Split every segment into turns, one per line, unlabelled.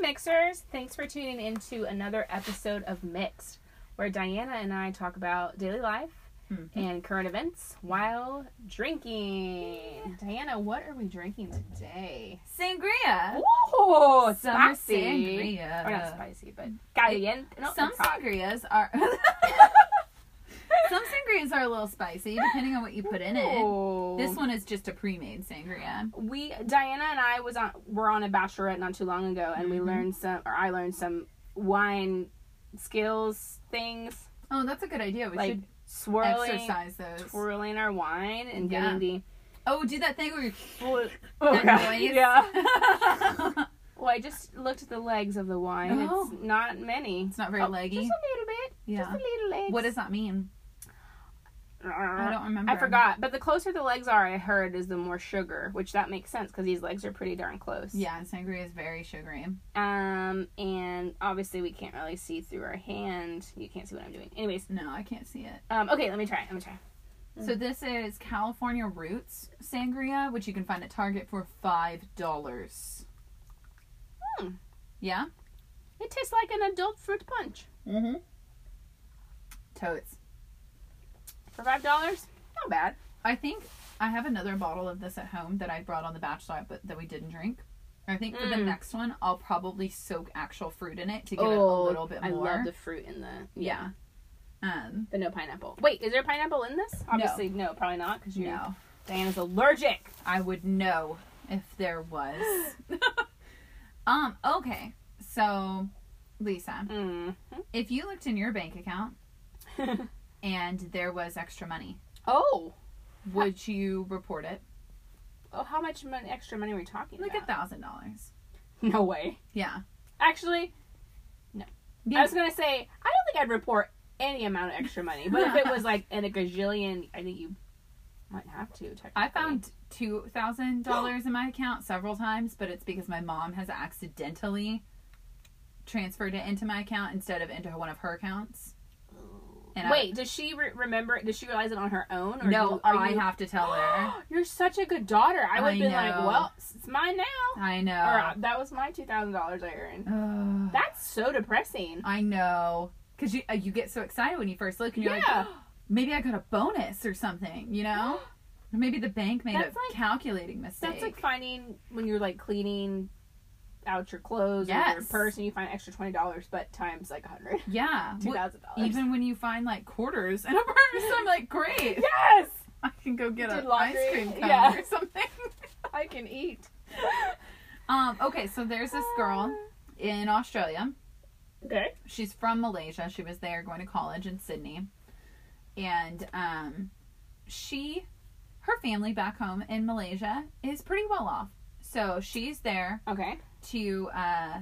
Mixers, thanks for tuning in to another episode of Mixed, where Diana and I talk about daily life
Mm-hmm.
and current events while drinking. Diana, what are we drinking today?
Sangria.
Ooh,
Summer
spicy.
sangria.
Or not spicy, but caliente. No,
Some
it's hot.
sangrias are. Some sangrias are a little spicy, depending on what you put in it.
Ooh.
This one is just a pre-made sangria.
we Diana and I was on were on a bachelorette not too long ago, and we
Mhm.
learned some, or I learned some wine skills things
Oh, that's a good idea. We
like
should
swirling,
exercise those.
swirling our wine and
Yeah.
getting the
oh, do that thing where you.
full.
That noise.
yeah. Well, I just looked at the legs of the wine.
Oh.
It's not many.
it's not very
Oh,
leggy.
Just a little bit.
yeah.
Just a little legs.
What does that mean? I don't remember.
Uh, I forgot, but the closer the legs are, I heard, is the more sugar, which that makes sense because these legs are pretty darn close.
Yeah, sangria is very sugary.
Um, and obviously we can't really see through our hand. You can't see what I'm doing. Anyways,
No, I can't see it.
um, okay, let me try. Let me try. Mm.
So this is California Roots Sangria, which you can find at Target for five dollars.
Hmm.
Yeah.
It tastes like an adult fruit punch
Mm-hmm. Totes.
for five dollars. Not bad.
I think I have another bottle of this at home that I brought on the bachelorette, but that we didn't drink. I think for the
Mm.
next one, I'll probably soak actual fruit in it to give it a little bit
Oh, I
more.
love the fruit in the
yeah. Um.
The no pineapple. Wait, is there pineapple in this? Obviously, no, probably not because you
No,
Diana's allergic.
I would know if there was. um. Okay. So, Lisa,
Mm.
if you looked in your bank account and there was extra money,
oh,
would you report it?
oh, how much mon- extra money are we talking
Like a
about?
thousand dollars.
No way.
Yeah.
Actually, I
Yeah.
was gonna say I don't think I'd report any amount of extra money, but if it was like in a gazillion, I think you might have to. Technically.
I found two thousand dollars in my account several times, but it's because my mom has accidentally transferred it into my account instead of into one of her accounts. And I-
Wait, does she re- remember? Does she realize it on her own? Or
no,
you- are
I
you,
have to tell her.
You're such a good daughter. I would
I
have been like,
know.
well, it's mine now.
I know.
or uh, that was my two thousand dollars I earned.
Ugh.
That's so depressing.
I know, because you uh, you get so excited when you first look, and you're like,
Yeah.
maybe I got a bonus or something, you know? Or maybe the bank made
That's
a
like-
calculating mistake.
That's like finding when you're like cleaning out your clothes or your
Yes.
purse, and you find extra twenty dollars, but times like a hundred.
yeah.
Two
Wh-
thousand dollars.
Even when you find like quarters in a purse, I'm like, great.
yes,
I can go get
Do
an ice
laundry.
cream cone
Yeah.
or something.
I can eat.
Um, okay, so there's this girl
Ah.
in Australia.
Okay.
She's from Malaysia. She was there going to college in Sydney. And um, she, her family back home in Malaysia is pretty well off. So she's there
Okay.
to uh,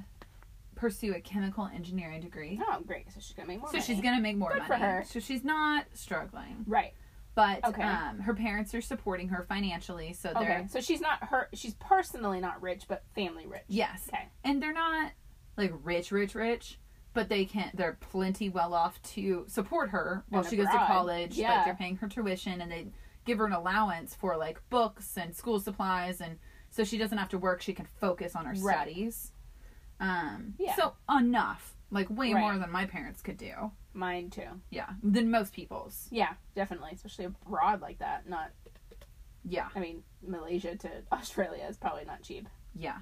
pursue a chemical engineering degree.
Oh, great. So she's gonna make more.
So she's
money.
going to make more
Good
money.
for her.
So she's not struggling.
Right.
But
Okay.
um, her parents are supporting her financially. So they're.
Okay. So she's not her. She's personally not rich, but family rich.
Yes.
Okay.
and they're not like rich, rich, rich, but they can they're plenty well off to support her while
And
she goes to
abroad.
college.
Yeah.
Like they're paying her tuition and they give her an allowance for like books and school supplies and so she doesn't have to work, she can focus on her
Right.
studies. Um
Yeah.
so enough. Like way more
Right.
than my parents could do.
Mine too.
Yeah. Than most people's.
Yeah, definitely. Especially abroad like that. Not.
Yeah.
I mean, Malaysia to Australia is probably not cheap.
Yeah.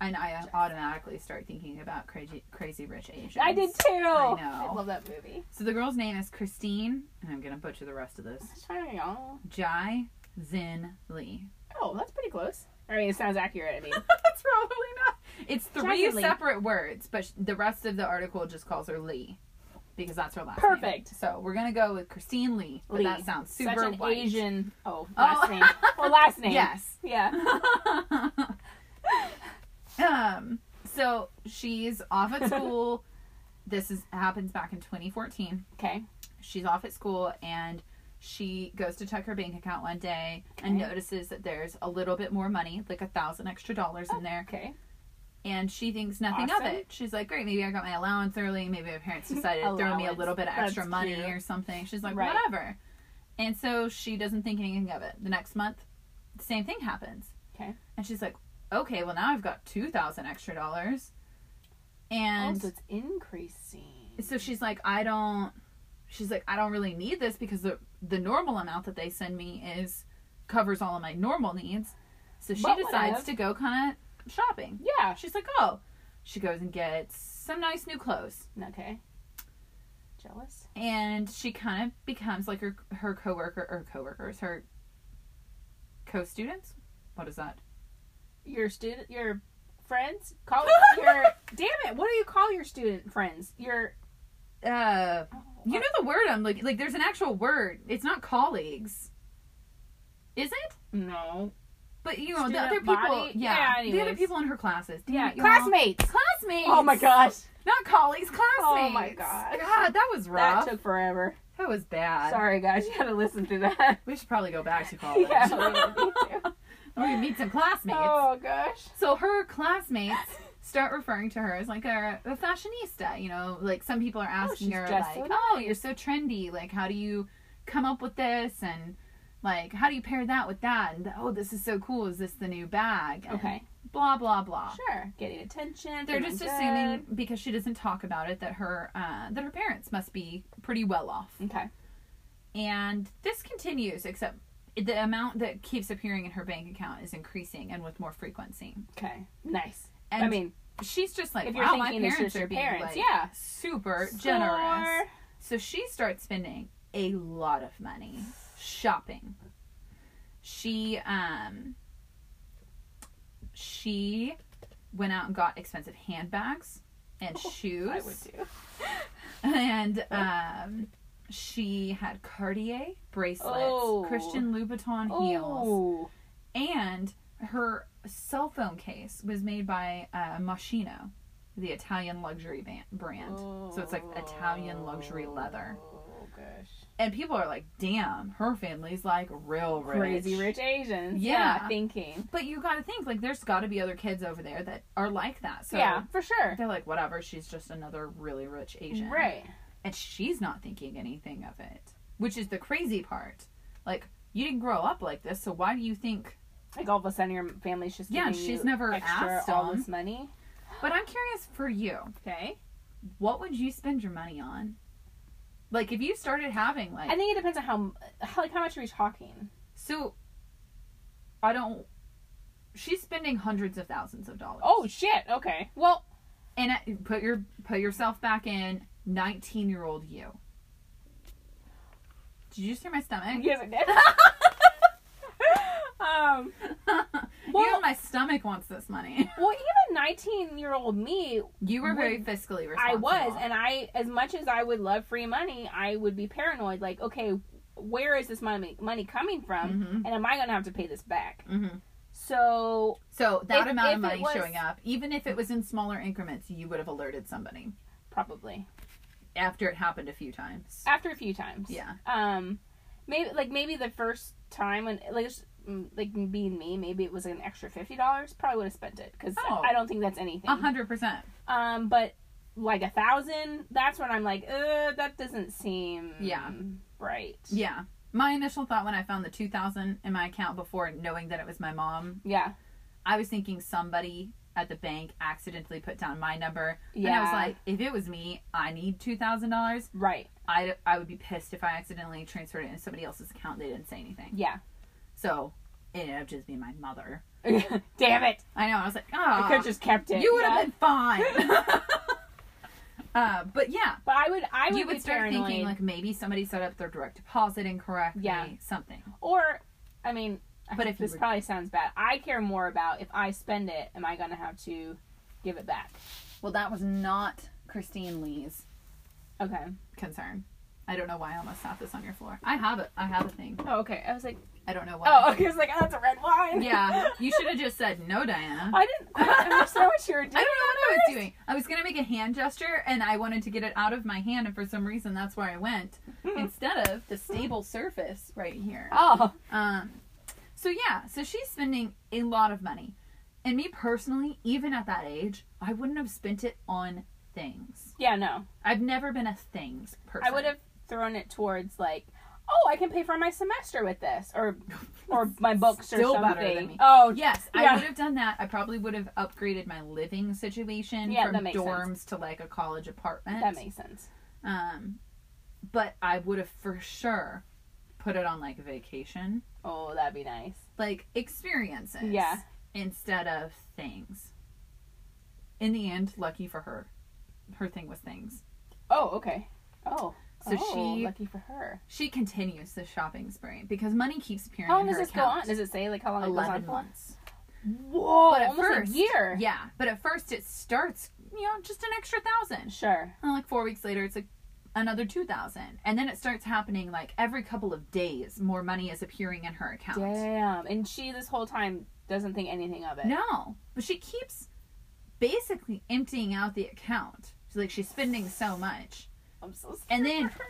And I uh, automatically start thinking about crazy crazy rich Asians.
I did too.
I know.
I love that movie.
So the girl's name is Christine, and I'm gonna butcher the rest of this.
Sorry, y'all.
Jai Zin Lee.
Oh, that's pretty close. I mean, it sounds accurate. I mean,
That's probably not. It's three
Jai Zin Lee.
separate words, but sh- the rest of the article just calls her Lee because that's her last name.
Perfect.
So we're gonna go with Christine Lee. But
Lee.
that sounds super
such an
white.
Asian. Oh,
Oh.
last name. Well, last name.
Yes.
Yeah.
um. So she's off at school. this is happens back in 2014.
Okay.
she's off at school and she goes to check her bank account one day and
Okay.
notices that there's a little bit more money, like a thousand extra dollars
Oh.
in there,
Okay.
and she thinks nothing of
Awesome.
it. She's like, "Great, maybe I got my allowance early. Maybe my parents decided to throw me a
Allowance.
little bit of
That's
extra money
cute.
or something." She's like,
Right.
"Whatever," and so she doesn't think anything of it. The next month, the same thing happens,
Okay.
and she's like, "Okay, well now I've got two thousand extra dollars." And
also, Oh, it's increasing.
so she's like i don't she's like i don't really need this because the the normal amount that they send me is covers all of my normal needs so she
But
decides
whatev.
to go kind of shopping
yeah.
she's like oh she goes and gets some nice new clothes
Okay. Jealous.
and she kind of becomes like her her coworker or coworkers her co-students what is that
Your student, your friends, call your. Damn it! What do you call your student friends? Your.
uh
oh,
you know the word i'm like like there's an actual word it's not colleagues is it
oh, No.
But you know, the
Student
other people,
body?
yeah,
Yeah,
the other
anyways.
people in her classes. Damn
Yeah,
it, y'all.
classmates.
classmates.
Oh my gosh,
not colleagues, classmates.
Oh my gosh.
God, that was rough.
that
That,
took forever.
was bad.
Sorry, guys, you had to listen to that.
We should probably go back to college.
yeah, we need to.
we can meet some classmates.
oh gosh.
So her classmates start referring to her as like a, a fashionista. You know, like some people are asking
she's
her
dressed
like,
so
"Oh, you're so trendy. Like, how do you come up with this?" And like, how do you pair that with that? And oh, this is so cool. Is this the new bag? And
Okay.
Blah blah blah.
Sure. Getting attention.
They're
feeling
just
good.
assuming because she doesn't talk about it that her uh, that her parents must be pretty well off.
Okay.
And this continues, except the amount that keeps appearing in her bank account is increasing and with more frequency.
Okay. Nice.
And
I mean,
she's just like,
if you're
wow, my
thinking it's
parents
just your
are being
parents,
like,
yeah.
super
Sure.
generous. So she starts spending a lot of money shopping. She um she went out and got expensive handbags and shoes.
Oh, I would do. Oh.
And um she had Cartier bracelets,
Oh.
Christian Louboutin heels,
Oh.
and her cell phone case was made by uh, Moschino, the Italian luxury ban- brand. So it's like Italian luxury leather.
Oh gosh.
And people are like, "Damn, her family's like real rich."
Crazy rich Asians.
Yeah.
Thinking.
But you got to think like there's got to be other kids over there that are like that. So
yeah, for sure.
They're like, whatever, she's just another really rich Asian.
Right.
and she's not thinking anything of it, which is the crazy part. Like, you didn't grow up like this, so why do you think?
Like all of a sudden your family's just
Yeah,
giving
and she's
you
never
extra
asked
all
them.
this money.
But I'm curious for you,
Okay.
what would you spend your money on? Like, if you started having like,
I think it depends on how, how like how much are we talking?
so, I don't. She's spending hundreds of thousands of dollars.
Oh shit. Okay. Well,
and I, put your put yourself back in 19 year old you. Did you just hear my stomach?
yes, I did. um.
you know,
Well-
my stomach wants this money.
Well, even nineteen-year-old me
You were very
Would-
fiscally responsible.
I was, and I, as much as I would love free money, I would be paranoid. Like, okay, where is this money money coming from,
Mhm.
and am I going to have to pay this back?
Mm-hmm.
So,
So that
If-
amount
if
of
it
money
was-
showing up, even if it was in smaller increments, you would have alerted somebody
probably
after it happened a few times.
after a few times,
Yeah.
Um, maybe like maybe the first time when like just, mm, like being me, maybe it was an extra fifty dollars. Probably would have spent it because
Oh.
I don't think that's anything.
A hundred percent.
Um, but like a thousand, that's when I'm like, uh, that doesn't seem
Yeah.
right.
Yeah. My initial thought when I found the two thousand in my account before knowing that it was my mom,
Yeah,
I was thinking somebody at the bank accidentally put down my number. And I
Yeah.
was like, if it was me, I need two thousand dollars.
right.
I I would be pissed if I accidentally transferred it in somebody else's account. and They didn't say anything.
Yeah.
So it ended up just being my mother.
Damn it.
I know. I was like, oh,
I could have just kept it.
You would have
Yeah.
been fine. uh, but yeah,
But I would, I would,
you
be
would start
paranoid.
thinking like maybe somebody set up their direct deposit incorrectly,
Yeah.
something.
or, I mean,
But
but
if
if
you
this
were-
probably sounds bad, I care more about if I spend it, am I going to have to give it back?
Well, that was not Christine Lee's
Okay.
concern. I don't know why I almost sat this on your floor. I have a I have a thing.
Oh, okay. I was like,
I don't know why.
oh, okay. I was like, oh, that's a red wine.
yeah. You should have just said no, Diana.
I didn't quite understand what you were doing.
I don't know what I was doing. I was gonna make a hand gesture, and I wanted to get it out of my hand, and for some reason, that's where I went instead of the stable surface right here.
Oh,
Um, so yeah, so she's spending a lot of money, and me personally, even at that age, I wouldn't have spent it on things.
yeah, no.
I've never been a things person.
I would have thrown it towards like, oh, I can pay for my semester with this, or or my books
Still
or
better
something.
than me.
Oh,
Yes, I
Yeah.
would have done that. I probably would have upgraded my living situation
Yeah,
from
that makes
dorms to like a college apartment.
that makes sense.
um, but I would have for sure put it on like vacation,
Oh, that'd be nice.
like experiences.
Yeah.
Instead of things. In the end, lucky for her, her thing was things.
Oh, okay. Oh,
So
Oh,
she
lucky for her.
she continues the shopping spree because money keeps appearing.
How long
in
does
her
this go
account.
on? Does it say like how long it
Eleven
goes on?
months.
For? Whoa,
But at
almost
first-
a year.
Yeah, but at first it starts, you know, just an extra thousand.
Sure.
And like four weeks later, it's like another two thousand, and then it starts happening like every couple of days. More money is appearing in her account.
Damn. And she this whole time doesn't think anything of it.
No, but she keeps basically emptying out the account. She's like she's spending so much,
I'm so scared.
and then
for her.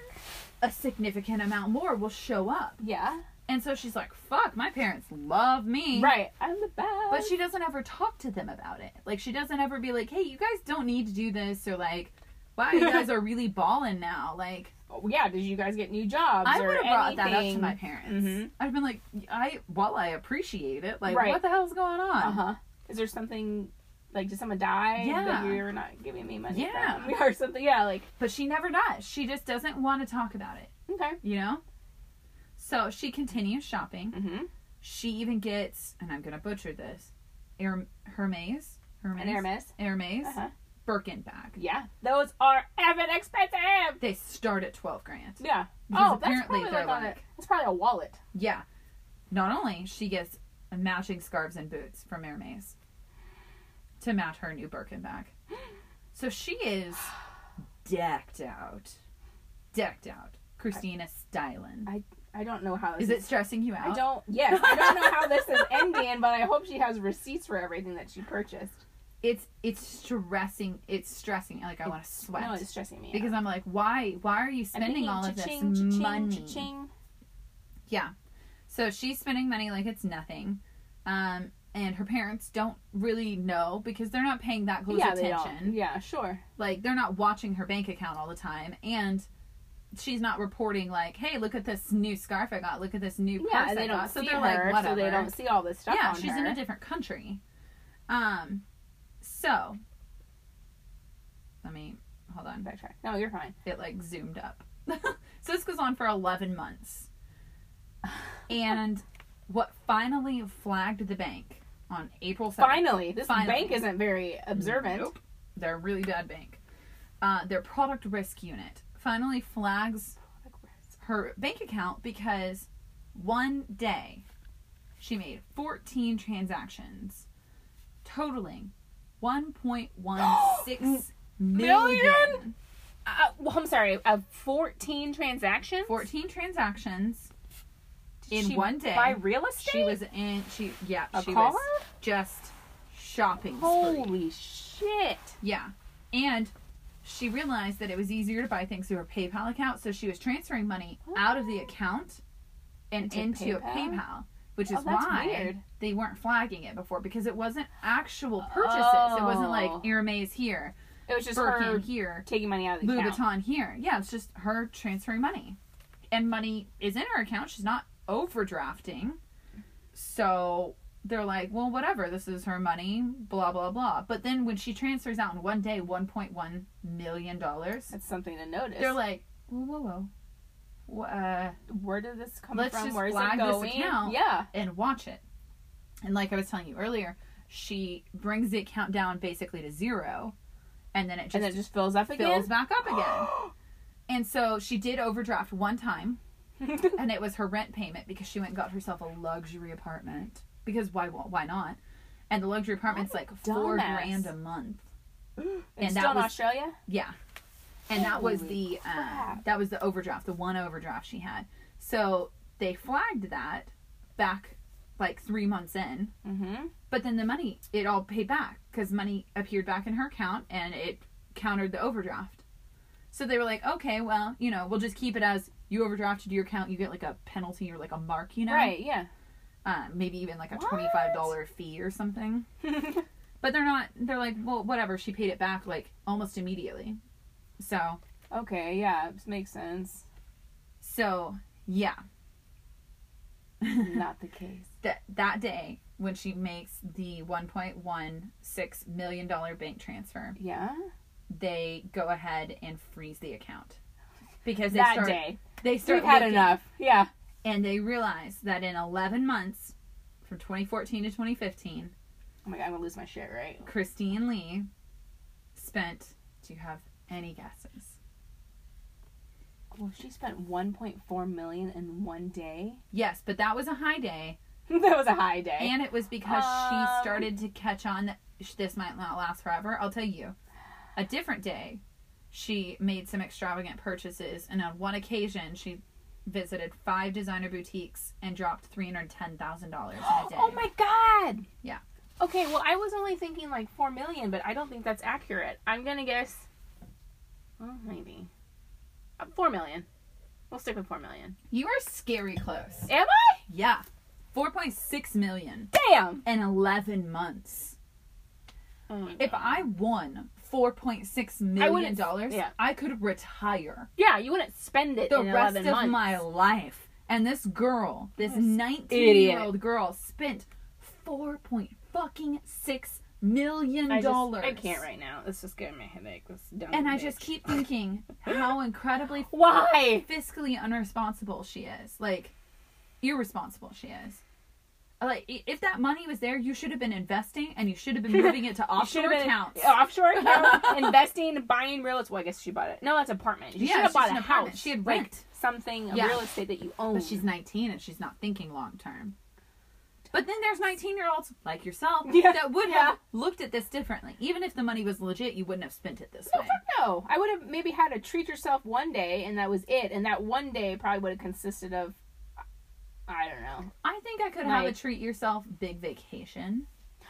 a significant amount more will show up,
yeah,
and so she's like, "Fuck, my parents love me."
right. I'm the best.
But she doesn't ever talk to them about it. Like she doesn't ever be like, "Hey, you guys don't need to do this," or like, "Wow, you guys are really balling now." Like
Oh, yeah. Did you guys get new jobs?
I
or
would have brought that up to
anything?
my parents.
Mhm.
I'd have been like, "I while I appreciate it, like,
Right.
what the hell's going on?"
Uh-huh. Is there something like did someone die
Yeah.
that you're not giving me money
Yeah.
from? or something? Yeah, like
But she never does. She just doesn't want to talk about it.
okay.
You know. So she continues shopping.
Mm-hmm.
She even gets, and I'm gonna butcher this, Her- Hermes, Hermes,
An Hermes.
Hermes,
Uh-huh.
Birkin bag.
Yeah. Those are ever expensive.
They start at twelve grand.
Yeah.
Because
oh, that's
apparently
probably
they're
like, on
like-
it. It's probably a wallet.
Yeah. Not only she gets matching scarves and boots from Hermes to match her new Birkin bag. So she is decked out. Decked out. Christina Stylen.
I don't know how. This
Is it stressing you out?
I don't. Yes, I don't know how this is ending, but I hope she has receipts for everything that she purchased.
It's it's stressing it's stressing like I want to sweat.
No, it's stressing me.
because
out.
I'm like, why why are you
I'm
spending
thinking
all of this
cha-ching, cha-ching,
money?
cha-ching.
Yeah. So she's spending money like it's nothing. Um, and her parents don't really know because they're not paying that close
Yeah, they don't.
attention.
Yeah, sure.
Like they're not watching her bank account all the time and she's not reporting like, "Hey, look at this new scarf I got. Look at this new purse
Yeah, and
I
they don't
got." So
see her,
they're like, "Whatever."
so they don't see all this stuff.
yeah,
on
she's
her.
in a different country. Um so let me hold on.
backtrack. No, you're fine.
It like zoomed up. so this goes on for 11 months. And what finally flagged the bank on April 7th.
Finally, this
Finally.
bank isn't very observant.
Nope. They're a really bad bank. Uh, their product risk unit finally flags her bank account because one day she made 14 transactions totaling 1.16 million.
Million? Uh, well, I'm sorry. Uh, 14 transactions.
14 transactions in
She
one day.
Buy real estate.
She was in. She yeah.
A
she
car?
was just shopping. spree.
Holy shit!
Yeah, and she realized that it was easier to buy things through her PayPal account, so she was transferring money out of the account and into,
Into
a
PayPal?
PayPal, which is
Oh, that's
why
weird.
they weren't flagging it before because it wasn't actual purchases. It wasn't like
Oh.
Hermes here,
It was just
Birkin
her
here,
taking money out of the
Louis
account.
Vuitton here. Yeah, it's just her transferring money, and money is in her account. She's not overdrafting, so they're like, well, whatever. This is her money. Blah blah blah. But then when she transfers out in one day, one point one million dollars,
That's something to notice.
they're like, whoa whoa whoa, Wha- uh,
Where did this come
Let's
from?
just
Where is
flag
it
this
going?
account.
Yeah.
and watch it. And like I was telling you earlier, she brings the account down basically to zero, and then it just
and it just fills up again.
fills back up again. And so she did overdraft one time, and it was her rent payment because she went and got herself a luxury apartment. Because why? Why not? And the luxury apartment's like four
dumbass.
grand a month.
It's
that
still in
was-
Australia.
Yeah, and that was
Holy
the uh,
crap.
that was the overdraft, the one overdraft she had. So they flagged that back like three months in,
Mm-hmm.
but then the money it all paid back because money appeared back in her account and it countered the overdraft. So they were like, okay, well, you know, we'll just keep it as you overdrafted your account, you get like a penalty or like a mark, you know,
Right. Yeah.
Uh, maybe even like a
What?
twenty five dollar fee or something. But they're not. They're like, well, whatever. She paid it back like almost immediately. So
okay. Yeah. This makes sense.
so Yeah.
Not the case.
that that day when she makes the 1.16 million dollar bank transfer,
Yeah.
they go ahead and freeze the account because they
that
start
day.
they
We've
start
had
looking-
enough. Yeah.
and they realize that in 11 months from 2014 to 2015
Oh my god, I'm gonna lose my shit, right?
Christine Lee spent. Do you have any guesses?
Well, she spent 1.4 million in one day.
Yes, but that was a high day,
that was a high day.
and it was because
Um.
she started to catch on that sh- this might not last forever. I'll tell you, a different day, she made some extravagant purchases, and on one occasion, she visited five designer boutiques and dropped three hundred ten thousand dollars in a day.
oh my god.
Yeah.
Okay, well, I was only thinking like 4 million, but I don't think that's accurate. I'm gonna guess. Well, maybe. Uh, 4 million. We'll stick with 4 million.
You are scary close.
Am I?
Yeah, four point six million
Damn!
in eleven months.
Oh my
If
God.
I won four point six
I
million
wouldn't-
dollars,
yeah.
I could retire
Yeah, you wouldn't spend it
the
in
rest
11
of
months.
my life. And this girl, this
This
nineteen-year-old girl, spent four point fucking six million
I, just-
dollars.
I can't right now. This is giving me a headache. This dumb
And I
bitch.
just keep thinking how incredibly
Why?
fiscally unresponsible she is. Like, irresponsible she is. Like, i- if that money was there, you should have been investing and you should have been moving it to
You should
offshore
have been-
accounts.
Offshore account, investing, buying real estate. Well, I guess she bought it. No, that's apartment. You
Yeah,
should have
she's
bought
an
a
apartment.
house.
She had
like,
rent.
something of
Yeah.
real estate that you own.
But she's 19 and she's not thinking long term. But then there's 19 year olds like yourself
Yeah,
that would
yeah.
have looked at this differently. Even if the money was legit, you wouldn't have spent it this way.
no. I would have maybe had a treat yourself one day, and that was it. And that one day probably would have consisted of, I don't know.
I think I could have a
Right.
treat yourself big vacation.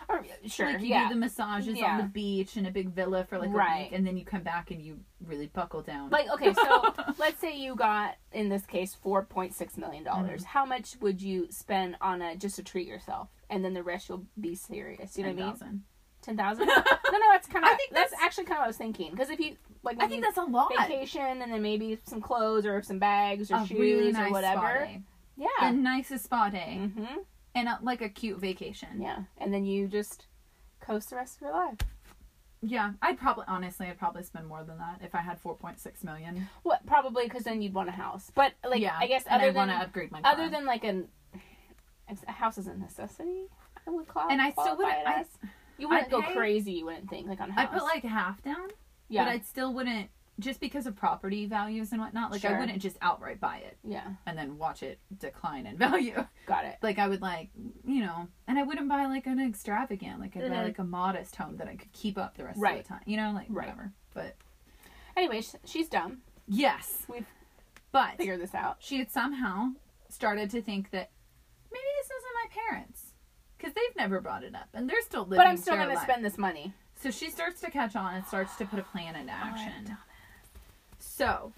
Or sure,
Like you
yeah.
do the massages on
Yeah.
the beach in a big villa for like a
Right.
week and then you come back and you really buckle down.
like okay, so let's say you got in this case four point six million dollars.
Mm-hmm.
How much would you spend on a just to treat yourself, and then the rest you'll be serious? You know what I mean?
10,000.
Ten thousand? no, no, that's kind of.
I think
that's,
that's-
actually kind of what I was thinking. Because if you like,
I
when
think
you
that's a lot.
vacation and then maybe some clothes or some bags or
A
shoes
really nice eh?
or
spa
whatever.
day. The
Yeah.
nicest spa day
Mm-hmm.
and a, like a cute vacation.
Yeah, and then you just coast the rest of your life.
Yeah, I'd probably honestly, I'd probably spend more than that if I had 4.6 million.
What? Probably because then you'd want a house. But like,
yeah,
I guess
and
other
I
than
want to upgrade my car.
other than like an a house is a necessity. I would call.
and I still
qualify
wouldn't.
it
I,
as. you wouldn't
I'd
go
pay-
crazy. You wouldn't think like on a
I
house.
put like half down,
yeah,
but I still wouldn't just because of property values and whatnot. Like I
Sure.
wouldn't just outright buy it
yeah,
and then watch it decline in value.
got it.
like I would like you know, and I wouldn't buy like an extravagant. Like I'd buy
Mhm.
like a modest home that I could keep up the rest of
Right.
the time. You know, like
Right.
whatever. But
Anyway, sh- she's dumb.
yes,
We've
but
Figure this out.
she had somehow started to think that maybe this isn't my parents because they've never brought it up and they're still living.
But I'm still
their
gonna
life.
spend this money.
So she starts to catch on and starts to put a plan into action. so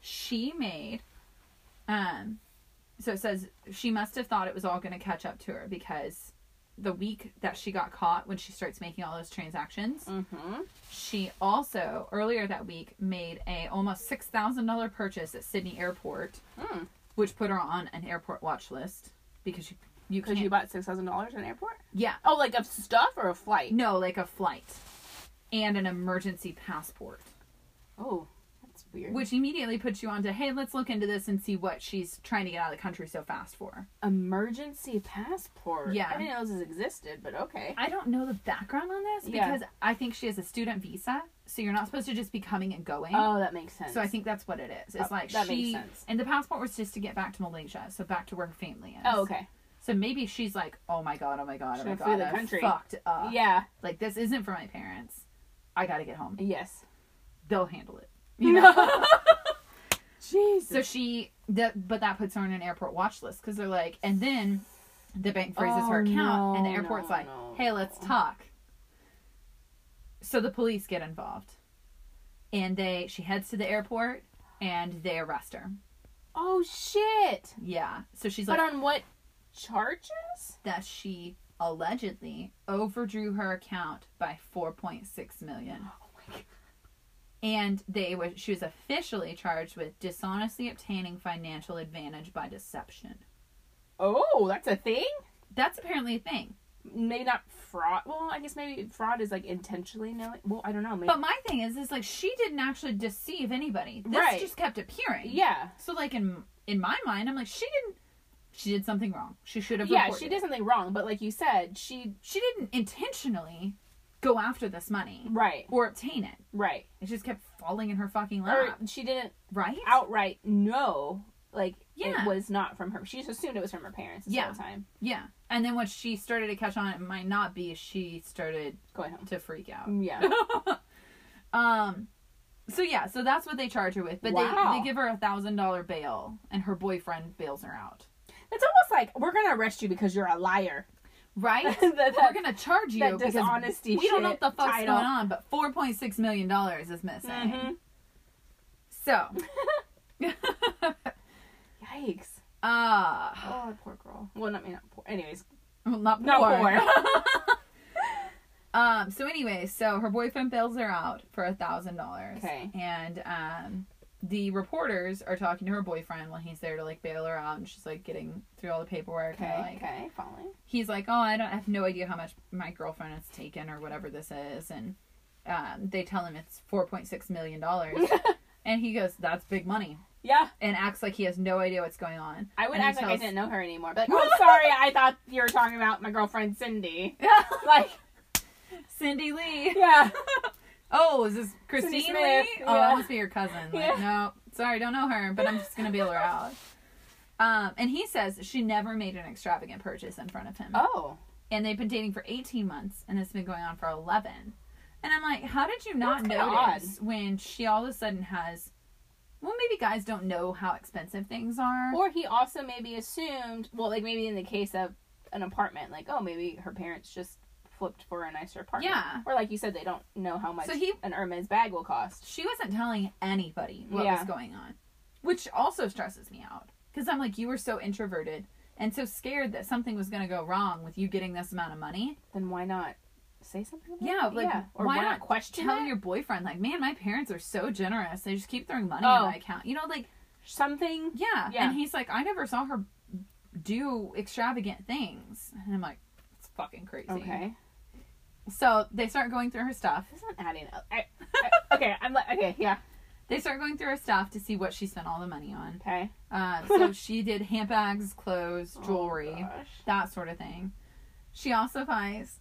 she made um so it says she must have thought it was all going to catch up to her because the week that she got caught when she starts making all those transactions
Mm-hmm.
she also earlier that week made a almost $6000 purchase at sydney airport
Mm.
which put her on an airport watch list because you you
Because
can
you
buy
bought six thousand dollars in an airport?
yeah
Oh, like of stuff or a flight?
no like a flight and an emergency passport
Oh, that's weird.
which immediately puts you onto hey let's look into this and see what she's trying to get out of the country so fast for
emergency passport?
Yeah.
I didn't know this has existed, but okay.
i don't know the background on this
Yeah.
because i think she has a student visa so you're not supposed to just be coming and going
Oh, that makes sense.
so i think that's what it is it's
Oh,
like
that
she
makes sense.
and the passport was just to get back to malaysia so back to where her family is
Oh, okay.
so maybe she's like oh my god oh my god
She
oh my
went
god
through the
I
country.
fucked up
yeah.
like this isn't for my parents i gotta get home
Yes.
they'll handle it you know
No. Jesus.
So she that but that puts her on an airport watch list because they're like, and then the bank freezes her
Oh,
account, and the
no,
airport's
no,
like,
no,
hey, let's
no.
talk. So the police get involved, and they she heads to the airport, and they arrest her.
oh shit.
Yeah, so she's
But
like
on what charges?
that she allegedly overdrew her account by four point six million.
Oh my god.
and they was she was officially charged with dishonestly obtaining financial advantage by deception.
Oh, that's a thing?
That's apparently a thing.
Maybe not fraud. Well, I guess maybe fraud is like intentionally knowing. Well, I don't know. Maybe.
But my thing is, is like she didn't actually deceive anybody. This
Right.
just kept appearing.
yeah.
So like in in my mind, I'm like she didn't. She did something wrong. She should have.
Yeah,
reported
she
it.
did something wrong, but like you said, she.
She didn't intentionally go after this money
Right,
or obtain it.
right.
It just kept falling in her fucking
Or
lap.
she didn't
right?
outright know, like,
Yeah.
it was not from her. She just assumed it was from her parents this
Yeah.
whole time.
Yeah. And then once she started to catch on, it might not be. She started
Going home.
to freak out.
Yeah.
Um. So yeah, so that's what they charge her with, but
Wow.
they, they give her a thousand dollar bail, and her boyfriend bails her out.
It's almost like we're gonna arrest you because you're a liar.
Right?
That- that-
We're gonna charge you
that
because
dishonesty
we don't know
shit
what the fuck's
title.
going on, but four point six million dollars is missing.
Mhm.
So,
Yikes.
uh,
Oh, poor girl. Mm-hmm. Well, not me, not poor. Anyways,
well, not poor.
not poor.
um. So anyway, so her boyfriend bails her out for a thousand dollars.
Okay.
And um, the reporters are talking to her boyfriend while he's there to like bail her out, and she's like getting through all the paperwork. and,
okay,
like,
okay, following.
he's like, "Oh, I don't I have no idea how much my girlfriend has taken or whatever this is," and um, they tell him it's four point six million dollars, and he goes, "That's big money,"
Yeah,
and acts like he has no idea what's going on.
I would
And he
act like I
tells-
didn't know her anymore. But oh, sorry, I thought you were talking about my girlfriend Cindy. Like,
Cindy Lee.
yeah,
Oh, is this Christine
Smith,
Lee? Oh,
yeah.
that must be your cousin. Like,
Yeah.
No, sorry, don't know her, but I'm just gonna bail her out. Um, and he says she never made an extravagant purchase in front of him.
oh,
and they've been dating for 18 months and it's been going on for 11 and i'm like how did you not
That's kinda
notice when she all of a sudden has well maybe guys don't know how expensive things are
or he also maybe assumed. Well, like maybe in the case of an apartment, like oh, maybe her parents just flipped for a nicer apartment.
Yeah.
or like you said, they don't know how much
So he-
an Hermes bag will cost.
she wasn't telling anybody what
Yeah.
was going on which also stresses me out because i'm like you were so introverted and so scared that something was going to go wrong with you getting this amount of money
Then why not say something? About
yeah
it?
like
or why, not question
tell
it?
your boyfriend like man my parents are so generous they just keep throwing money
Oh.
in my account you know like
something?
Yeah.
Yeah.
And he's like, I never saw her do extravagant things. And I'm like, it's fucking crazy.
Okay.
So they start going through her stuff.
This isn't adding up. I, I, okay, I'm like, okay, yeah,
They start going through her stuff to see what she spent all the money on.
okay.
Uh, so she did handbags, clothes, jewelry,
Oh, gosh.
that sort of thing. She also buys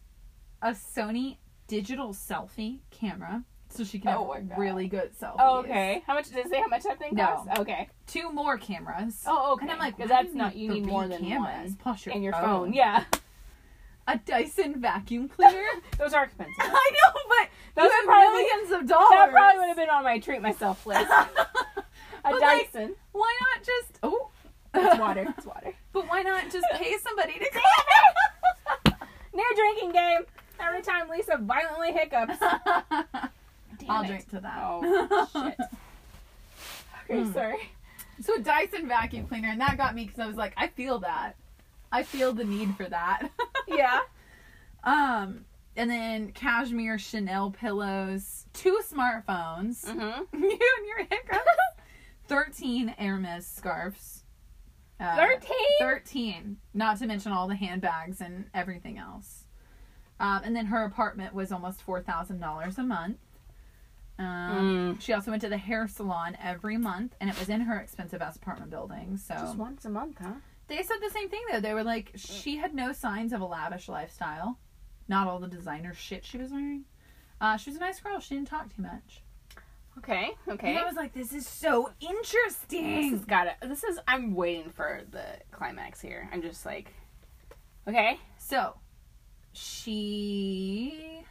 a Sony digital selfie camera so she can
Oh my
have
God.
really good selfies.
Oh, okay. How much did it say? How much that thing
No.
costs? Okay.
Two more cameras.
Oh, okay.
And I'm like,
because
why do
that's not you need
three
more than
cameras
one.
plus your
And your
phone.
phone, yeah.
A Dyson vacuum cleaner.
Those are expensive.
I know, but
Those
you
would
have
probably-
millions
that
of dollars.
probably would have been on my treat myself list. A
But, like-
Dyson.
Why not just? Oh,
it's water. It's water.
But why not just pay somebody to clean
New drinking game. Every time Lisa violently hiccups.
it?
Damn
I'll
it.
drink to that.
Oh shit. Okay,
Mm.
sorry.
So a Dyson vacuum cleaner, and that got me because I was like, I feel that. I feel the need for that.
Yeah.
um, and then cashmere Chanel pillows, two smartphones,
Mm-hmm.
you and your hiccups, thirteen Hermes scarves. Uh,
Thirteen.
13 not to mention all the handbags and everything else um, and then her apartment was almost $4000 a month um, she also went to the hair salon every month and it was in her expensive ass apartment building so
Just Mm. once a month, huh?
they said the same thing though they were like she had no signs of a lavish lifestyle not all the designer shit she was wearing uh, she was a nice girl she didn't talk too much
Okay. Okay.
and i was like this is so
This
interesting
has got to This is. I'm waiting for the climax here. I'm just like, okay.
So, she.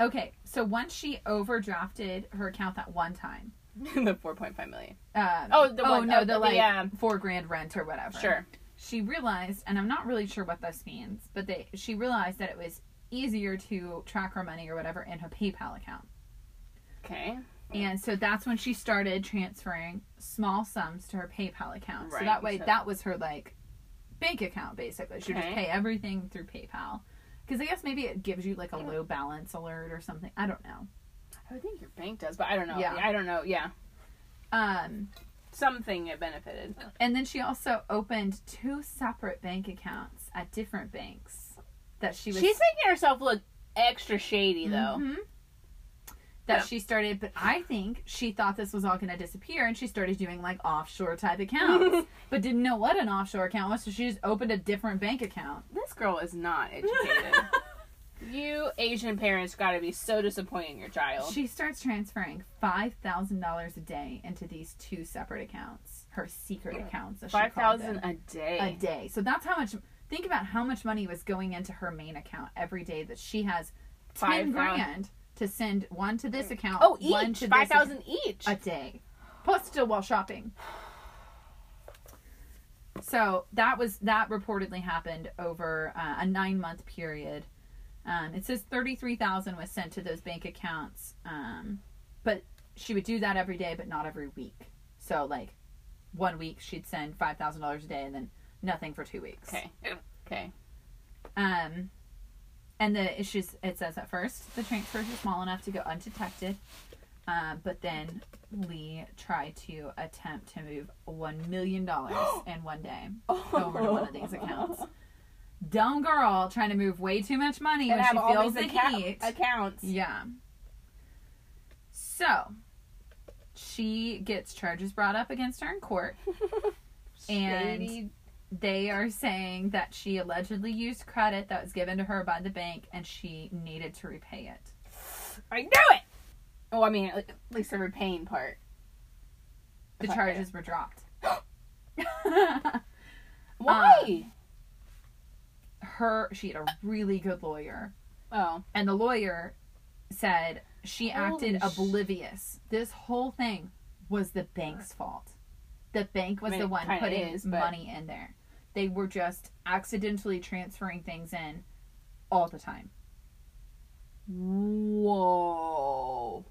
Okay, so once she overdrafted her account that one time.
the 4.5 million.
Um,
Oh, the one-
no,
oh,
the,
the,
like
um,
four grand rent or whatever.
Sure.
She realized, and I'm not really sure what this means, but they she realized that it was easier to track her money or whatever in her PayPal account,
Okay.
and so that's when she started transferring small sums to her PayPal account. So
Right,
that way,
so-
that was her like bank account basically. She would just
Okay.
pay everything through PayPal. Because I guess maybe it gives you like a low balance alert or something. I don't know.
I would think your bank does, but I don't know.
Yeah.
I don't know. Yeah.
Um,
Something it benefited.
and then she also opened two separate bank accounts at different banks that she was
She's making herself look extra shady though.
Mhm. That
Yeah.
she started, but I think she thought this was all going to disappear, and she started doing like offshore type accounts, but didn't know what an offshore account was, so she just opened a different bank account.
This girl is not educated. you Asian parents got to be so disappointing your child.
she starts transferring five thousand dollars a day into these two separate accounts, her secret accounts. As she
Five
called
thousand
them,
a day.
a day. So that's how much. Think about how much money was going into her main account every day that she has
Five thousand-
ten grand to send one to this account.
Oh,
one
each
to this
five
account.
thousand each.
a day. Plus still while shopping. So that was that reportedly happened over uh, a nine month period. Um, it says thirty three thousand was sent to those bank accounts, um, but she would do that every day, but not every week. So like one week she'd send five thousand dollars a day, and then nothing for two weeks.
okay. Okay.
Um, and the issues it says at first the transfers are small enough to go undetected, uh, but then Lee tried to attempt to move one million dollars in one day
Oh.
over to one of these accounts. Dumb girl trying to move way too much money
And
when
have
she
all
feels
these
the
account-
heat.
accounts.
Yeah. So she gets charges brought up against her in court. and
Shady.
they are saying that she allegedly used credit that was given to her by the bank and she needed to repay it.
I knew it. Oh, I mean, at at least the repaying part.
The
Okay.
charges were dropped. Uh,
Why?
her she had a really good lawyer
oh,
and the lawyer said she acted
Holy sh-
oblivious. This whole thing was the bank's fault. The bank
I
was
mean,
the
it
one
kinda
putting
is, but-
money in there. They were just accidentally transferring things in all the time.
whoa!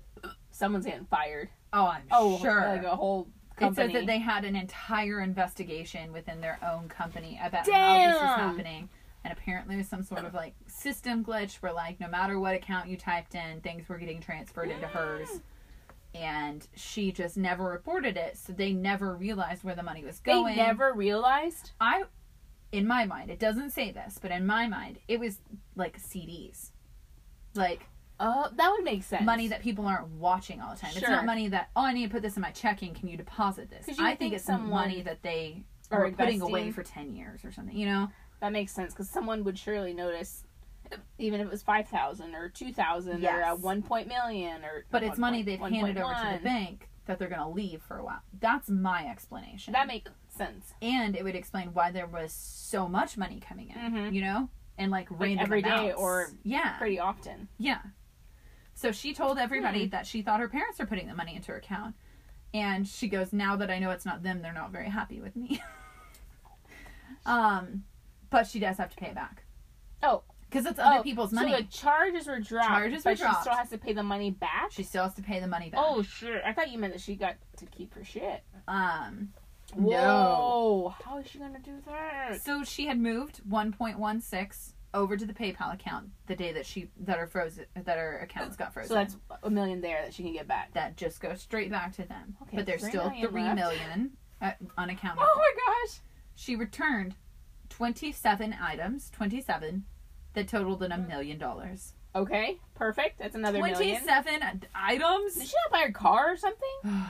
Someone's getting fired.
Oh, I'm
Oh,
sure.
like a whole
It
company.
says that they had an entire investigation within their own company about how this was
Damn.
happening. And apparently, there's some sort of like system glitch where, like, no matter what account you typed in, things were getting transferred into hers. And she just never reported it. So they never realized where the money was
They
going.
never realized.
I, in my mind, it doesn't say this, but in my mind, it was like CDs. Like,
Oh, that would make sense.
money that people aren't watching all the time. It's
Sure.
not money that oh I need to put this in my checking. Can you deposit this?
'Cause you
I
would
think
think
it's
someone
money that they
are
are putting away
investing.
for ten years or something. You know?
That makes sense because someone would surely notice, even if it was five thousand or two thousand or
Yes.
uh, one point million or.
But it's
one
money
point-
they've
one
handed
point
over to
one.
the bank that they're going to leave for a while. That's my explanation.
That makes sense.
and it would explain why there was so much money coming in.
Mhm.
You know, and like random
every day
amounts.
or
yeah,
Pretty often.
Yeah. So she told everybody
Hmm.
that she thought her parents were putting the money into her account. And she goes, Now that I know it's not them, they're not very happy with me. um, but she does have to pay it back.
Oh.
Because it's other
Oh,
people's money.
So the charges were dropped.
Charges
but
were dropped.
She still has to pay the money back.
she still has to pay the money back.
oh sure. I thought you meant that she got to keep her shit.
Um,
Whoa.
no.
How is she gonna do that?
So she had moved 1.16 over to the PayPal account the day that she that her frozen that her accounts got frozen.
So that's a million there that she can get back.
that just goes straight back to them.
Okay,
but there's
three
still
million
three
left.
million uh, unaccounted.
Oh my gosh.
She returned 27 items, 27, that totaled in a million dollars.
Okay. Perfect. That's Hmm. another million.
27
Did
items?
she not buy her car or something?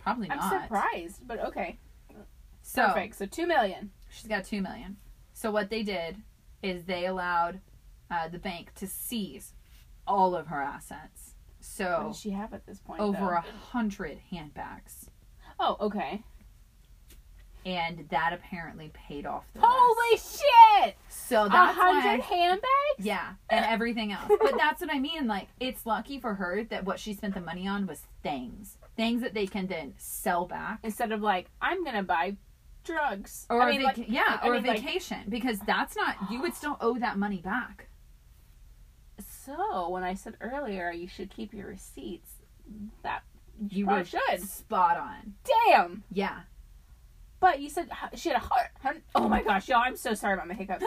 Probably not.
I'm surprised, but okay.
So
Perfect. So two million.
she's got 2 million. So what they did is they allowed uh, the bank to seize all of her assets.
What
So
does she have at this point?
over
though?
a hundred handbags.
Oh, okay.
And that apparently paid off the
Holy
rest.
shit!
So
A
that's why
hundred handbags?
Yeah, and everything else. But that's what I mean. Like, it's lucky for her that what she spent the money on was things. Things that they can then sell back.
Instead of like, I'm gonna buy drugs.
Or
I
a
mean,
vac-
like-
yeah,
I
or
mean,
a
like,
vacation. because that's not, you would still owe that money back.
so when I said earlier you should keep your receipts, that
You
Probably
were
should.
spot on.
damn.
Yeah.
But you said h- she had a heart. hun- Oh my gosh, y'all! I'm so sorry about my hiccups.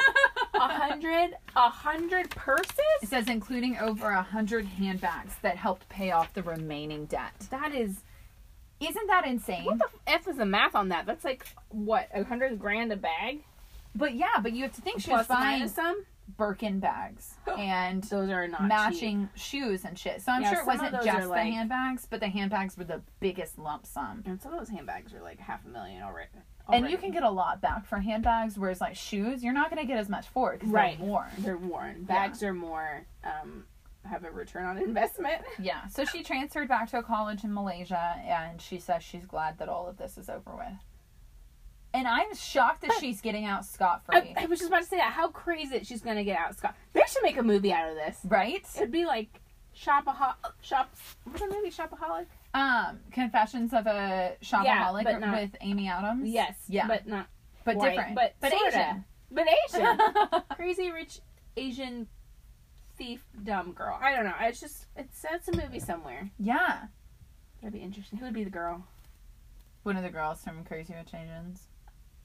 A hundred, a hundred
It
purses.
says including over a hundred handbags that helped pay off the remaining debt.
That is
Isn't that insane?
what the f is the math on that? That's like what a hundred grand a bag
but yeah, but you have to think she was
plus
buying
minus some.
Birkin bags and
Those are not uh, cheap.
matching shoes and shit. So I'm
Yeah,
sure it
some of
wasn't
those are
just the
like-
handbags, but the handbags were the biggest lump sum.
And some of those handbags are like half a million already.
And you
already.
can get a lot back for handbags, whereas like shoes, you're not gonna get as much for it because
Right.
they're worn.
They're worn. Bags are more um, have a return on investment.
Yeah, so she transferred back to a college in Malaysia, and she says she's glad that all of this is over with. And I'm shocked that she's getting out scot free,
I, I was just about to say that. How crazy that she's gonna get out scot. They should make a movie out of this.
right?
It'd be like shopaholic. Shop. What's that movie? Shopaholic.
Um, Confessions of a Shopaholic
but not-
with Amy Adams.
Yes.
yeah, but,
But not. white,
different,
But
but
sorta.
Asian.
But Asian. crazy rich Asian thief dumb girl. I don't know. It's just it's that's a movie somewhere.
yeah,
That'd be interesting. Who would be the girl?
one of the girls from Crazy Rich Asians.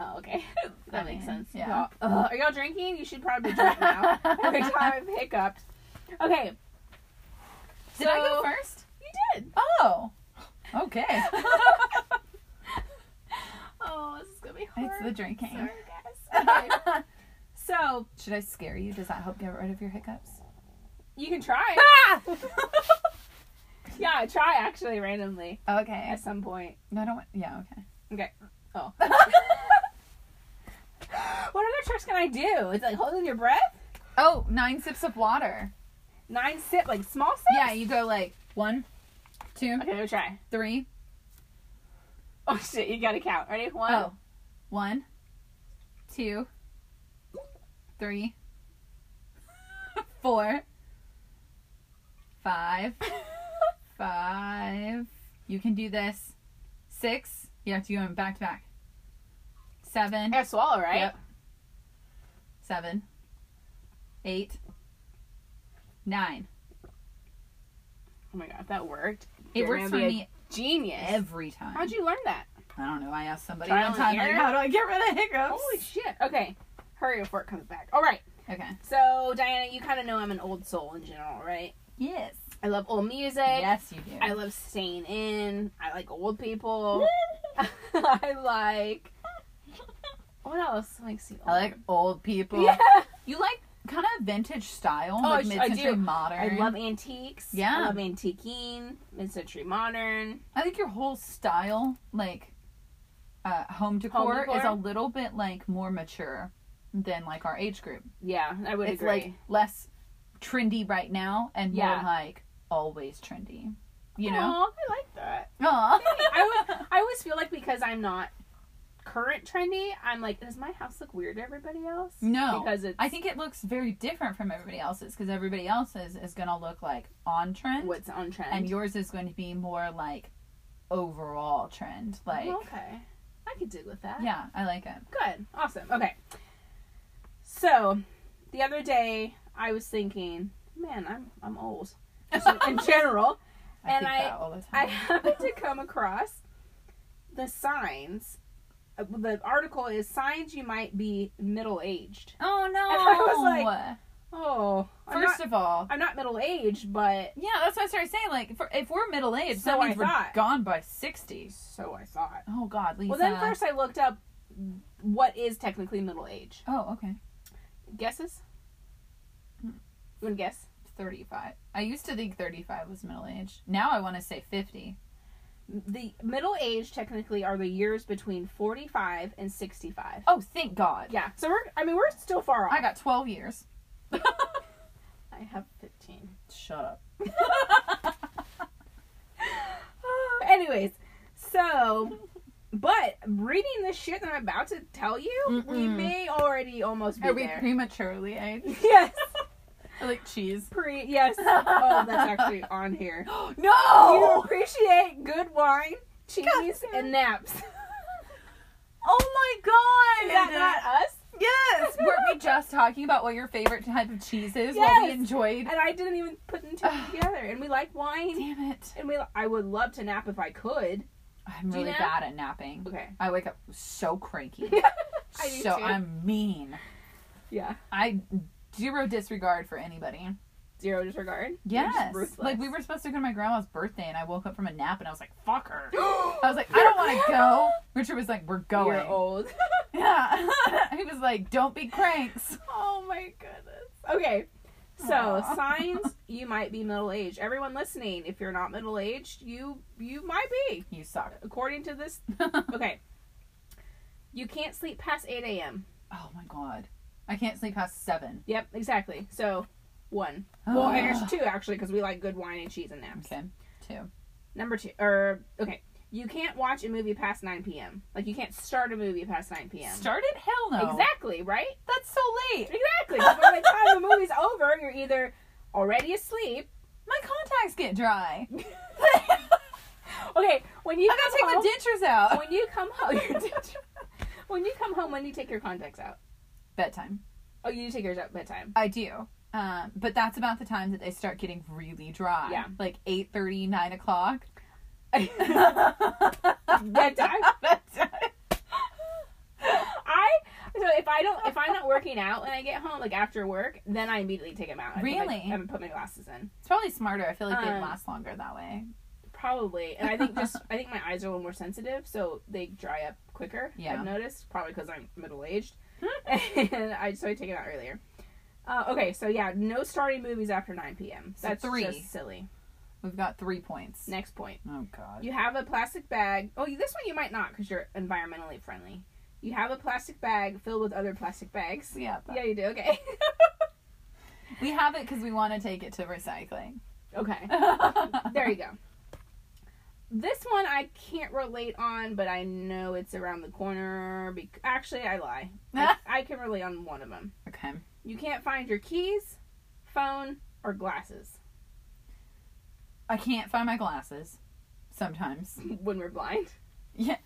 Oh, okay.
I
that makes
mean,
sense.
yeah.
Y'all- ugh, are y'all drinking? You should probably drink now. Every time I have hiccups. Okay.
Did I go
So-
first?
You did.
Oh, okay.
Oh, this is gonna be hard.
it's the drinking.
Sorry, guys. Okay. So
Should I scare you? Does that help get rid of your hiccups?
you can try.
Ah!
yeah, try actually randomly
Okay.
at some point.
No, I don't want. Yeah, okay.
Okay. Oh. what other tricks can I do? It's like holding your breath.
Oh, nine sips of water.
Nine sip, like small sips.
Yeah, you go like one, two,
Okay, let me try.
three.
Oh shit, you gotta count. Ready? One.
Oh, one, two, three, four, five, five. You can do this. Six. You have to go in back to back. Seven.
I gotta swallow, right?
Yep. Seven. Eight. Nine.
Oh my god, if that worked.
It
you're
works
gonna
for
be a
me
Genius.
every time.
How'd you learn that?
I don't know. I asked somebody
Trial
one
and
time, like,
error?
how do I get rid of hiccups?
Holy shit. Okay, hurry before it comes back. All right.
okay.
So Diana, you kind of know I'm an old soul in general, right?
Yes.
I love old music.
Yes, you do.
I love staying in. I like old people. I like. What else makes you?
I like old people.
Yeah.
You like kind of vintage style,
Oh,
like
I sh- I
mid-century
do.
modern.
I love antiques.
Yeah.
I love antiquing, mid-century modern.
I think your whole style, like uh, home, decor
decor?
is a little bit like more mature than like our age group.
Yeah, I would
it's
agree.
like less trendy right now and
Yeah.
more like always trendy. You know.
Aw, I like that.
Aw.
I, would, I always feel like because I'm not current trendy, I'm like, does my house look weird to everybody else?
No,
because it's
I think it looks very different from everybody else's because everybody else's is going to look like on trend,
what's on trend.
and yours is going to be more like overall trend. Like,
Oh, okay, I could deal with that.
yeah, I like it.
Good. Awesome. Okay. So, the other day I was thinking, man, I'm I'm old Just in general,
I
And
think
I-
that all the time.
I happened to come across the signs. Uh, The article is signs you might be middle aged.
oh no!
I was Oh, I'm
First
not,
of all,
I'm not middle aged, but
yeah, that's what I started saying. Like, for, if we're middle aged,
So
that
I
means we're
thought.
gone by sixty.
so I thought.
Oh God, Lisa.
Well, then first I looked up what is technically middle age.
Oh, okay.
Guesses? You want to guess?
Thirty-five. I used to think thirty-five was middle aged. Now I want to say fifty.
the middle age technically are the years between 45 and 65
Oh, thank God.
yeah so we're i mean we're still far off
I got twelve years.
I have 15
Shut up.
But Ah, anyways so but reading this shit that i'm about to tell you we
Mm-mm.
may already almost be
Are we
there
prematurely aged?
yes
I like cheese.
pre yes oh that's actually on here you
no!
appreciate good wine cheese
Goddamn.
and naps
Oh my god!
is that not us
yes! Weren't we just talking about what your favorite type of cheese is? What
Yes.
we enjoyed?
and i didn't even put them two together and we like wine
Damn it.
and we i would love to nap if i could
I'm
Do you
really
know?
bad at napping.
Okay.
I wake up so cranky.
I do
so
too.
I'm mean.
Yeah.
I zero disregard for anybody.
Zero disregard. You're just
Yes.
ruthless.
Like we were supposed to go to my grandma's birthday and I woke up from a nap and I was like, fuck her. I was like, I don't want to go. Richard was like, Oh, we're going.
You're old.
Yeah. he was like, don't be cranks.
oh my goodness. Okay. So
Aw.
signs you might be middle aged. Everyone listening, if you're not middle aged, you you might be.
You suck.
According to this
oh
okay. You can't sleep past eight AM.
Oh my god. I can't sleep past seven.
Yep, exactly. So one. Well, there's two actually, because we like good wine and cheese and naps.
Ah. Okay. Two.
Number two, or okay, you can't watch a movie past 9 p.m. Like you can't start a movie past 9 p.m.
Started? Hell no.
Exactly, right?
That's so late.
Exactly. 'cause by the time the movie's over, you're either already asleep.
My contacts get dry.
Okay, when you
I gotta take
come home,
my dentures out.
when you come home, your dentures- when you come home, when do you take your contacts out?
Bedtime.
Oh, you do take yours at bedtime.
I do. Um, but that's about the time that they start getting really dry.
Yeah.
Like 8.30, 9 o'clock.
Bedtime.
Bedtime.
I so if I don't if I'm not working out when I get home, like after work, then I immediately take them out. I put my-
Really?
I put my glasses in.
It's probably smarter. I feel like they
Um,
last longer that way.
Probably, and I think just I think my eyes are a little more sensitive, so they dry up quicker.
Yeah.
I've noticed probably because I'm middle aged, and I so I take it out earlier. Uh, okay, so yeah, no starting movies after nine p.m.
So
That's
three.
just silly.
We've got three points.
Next point:
Oh, God.
you have a plastic bag. Oh, you- this one you might not because you're environmentally friendly. You have a plastic bag filled with other plastic bags.
Yeah. but-
Yeah, you do. Okay.
We have it because we want to take it to recycling.
okay. There you go. This one I can't relate on, but I know it's around the corner. Bec- Actually, I lie. I, I can relate on one of them.
Okay.
You can't find your keys, phone, or glasses
I can't find my glasses sometimes.
when we're blind.
Yeah.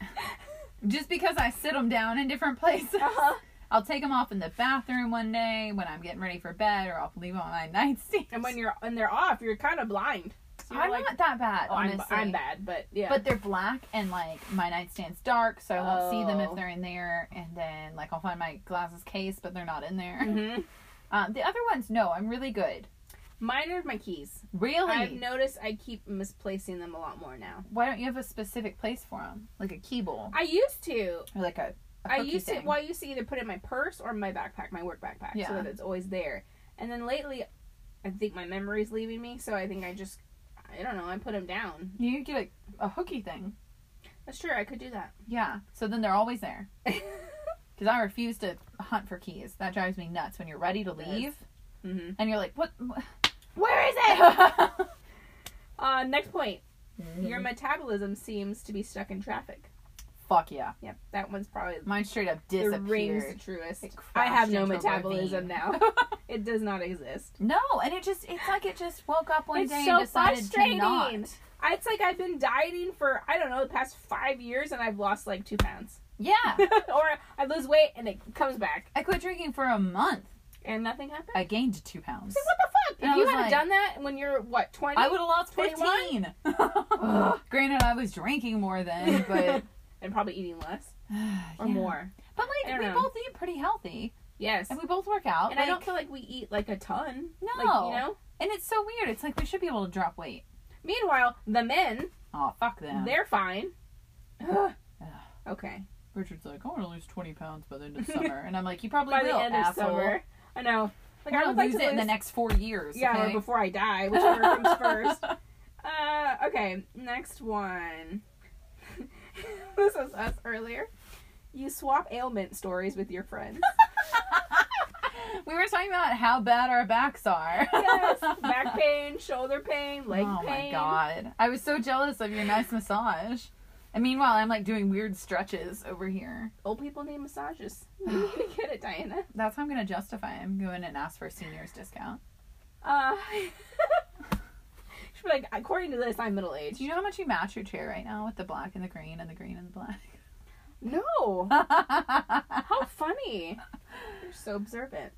Just because I sit them down in different places.
Uh-huh.
I'll take them off in the bathroom one day when I'm getting ready for bed, or I'll leave them on my nightstand.
And when you're and they're off, you're kind of blind. So you're
I'm
like,
not that bad,
oh, I'm,
honestly.
I'm bad, but yeah.
But they're black, and like my nightstand's dark, so I won't see them
Oh.
if they're in there. And then like I'll find my glasses case, but they're not in there.
Mhm.
Um, the other ones, no, I'm really good.
mine are my keys.
Really?
I've noticed I keep misplacing them a lot more now.
Why don't you have a specific place for them, like a key bowl
I used to.
or like a? a
I
cookie
used to
thing.
well, I used to either put it in my purse or my backpack, my work backpack,
Yeah.
so that it's always there. And then lately, I think my memory's leaving me, so I think I just, I don't know, I put them down.
You could get like a hooky thing.
That's true. I could do that.
Yeah. So then they're always there. Because I refuse to hunt for keys. That drives me nuts. When you're ready to
It does.
leave,
hmm
and you're like, what? what-
Where is it? Uh, next point.
Mm-hmm.
Your metabolism seems to be stuck in traffic.
Fuck yeah.
Yep, that one's probably
Mine straight up
the rings
disappeared.
truest.
It
I have
crashed
no
into a
metabolism
ravine.
now. it does not exist.
No, and it just it's like it just woke up one
It's
day
so
and decided to not.
frustrating. I, it's like I've been dieting for I don't know the past five years, and I've lost like two pounds.
Yeah.
or I lose weight and it comes back
I quit drinking for a month.
and nothing happened.
I gained two pounds.
Like, what the fuck?
And
If
I
you
was
had
like-
done that when you're what twenty,
I would have lost
21?
15. Granted, I was drinking more then, but.
and probably eating less or
yeah.
more.
But
I
like,
don't
we
know.
both eat pretty healthy
Yes,
and
and,
we both work out.
I don't
like-
feel like we eat like a ton.
No.
like, you know.
And it's so weird. It's like we should be able to drop weight.
Meanwhile, the men,
Oh, fuck them.
they're fine. Ugh.
Ugh.
okay,
Richard's like, I want to lose 20 pounds by the end of summer. And I'm like, you probably
by
will,
the end
asshole.
of summer, I know. Like
You're
I would
gonna
like
lose
to
it in the next four years.
yeah,
okay?
or before I die, whichever comes first. Uh, okay, next one. this was us earlier. You swap ailment stories with your friends.
we were talking about how bad our backs are.
yes, back pain, shoulder pain, leg
oh
pain.
my god. I was so jealous of your nice massage. And meanwhile, I'm like doing weird stretches over here.
Old people need massages. You need to get it, Diana.
That's how I'm going to justify it. I'm going and ask for a seniors discount.
Uh, she's like, according to this, I'm middle aged.
Do you know how much you match your chair right now with the black and the green and the green and the
No,
black?
how funny. You're so observant.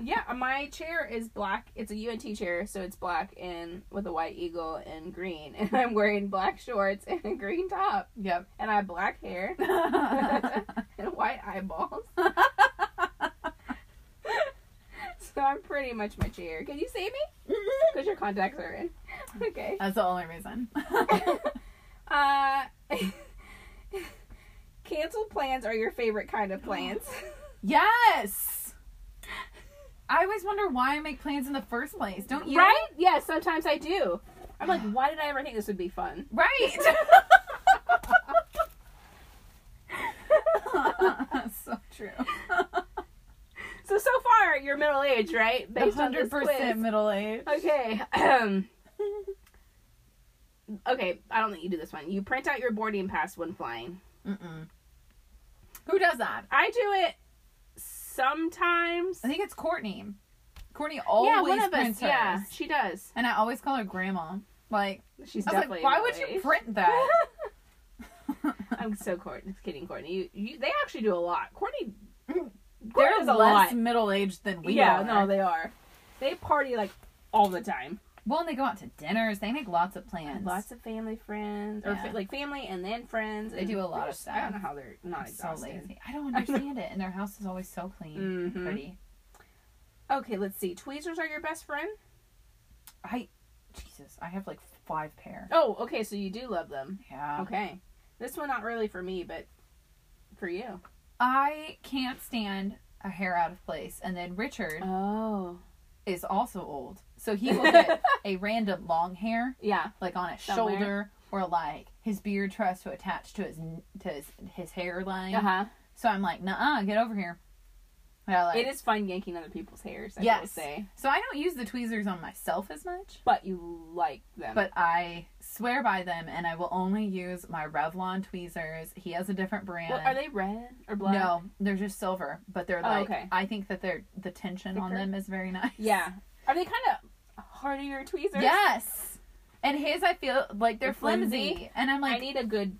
Yeah, my chair is black. It's a UNT chair, so it's black and with a white eagle and green. And I'm wearing black shorts and a green top.
yep.
And I have black hair and white eyeballs. so I'm pretty much my chair. Can you see me?
Mm-hmm.
Because your contacts are in. Okay.
That's the only reason.
Uh, canceled plans are your favorite kind of plans.
yes. I always wonder why I make plans in the first place. Don't you?
Right? Yes, sometimes I do. I'm like, why did I ever think this would be fun?
Right. so true.
So so far you're middle aged, right? Based on this
Hundred percent
quiz.
middle age.
Okay. Um, okay, I don't think you do this one. You print out your boarding pass when flying.
Mm-mm. Who does that?
I do it sometimes.
I think it's Courtney. Courtney always
yeah, one of
prints
us. Yeah,
hers.
she does.
and I always call her grandma. Like
She's
I was
definitely.
like, why would
middle
you
aged."
print that?
I'm so Courtney. Kidding, Courtney. You, you, they actually do a lot. Courtney.
Mm. They're
Courtney's
less
a lot.
middle aged than we
yeah,
are.
no, they are. They party like all the time.
well, and they go out to dinners. They make lots of plans.
Lots of family friends, or
Yeah.
fa- like family and then friends.
They
and
do a lot of
just- I don't know
stuff.
how they're not
I'm so
exhausted.
lazy. I don't understand it. And their house is always so clean,
Mhm.
pretty.
Okay, let's see. Tweezers are your best friend.
I, Jesus, I have like five pair.
Oh, okay. So you do love them.
Yeah.
Okay, this one not really for me, but for you.
I can't stand a hair out of place. And then Richard
Oh,
is also old, so he will get a random long hair
yeah.
like on his
Somewhere.
shoulder or like his beard tries to attach to his to his, his hairline.
Uh huh.
So I'm like, nah, get over here. And I like-
It is fun yanking other people's hairs. I will
Yes.
say,
So I don't use the tweezers on myself as much,
but you like them.
but I swear by them, and I will only use my Revlon tweezers. He has a different brand.
Well, are they red or black?
No, they're just silver, but they're
Oh,
like
okay.
I think that they're the tension on
Thicker?
them is very nice.
Yeah. Are they kind of hardier tweezers?
Yes. And his, I feel like they're
They're flimsy.
flimsy. and I'm
I
like,
need a good,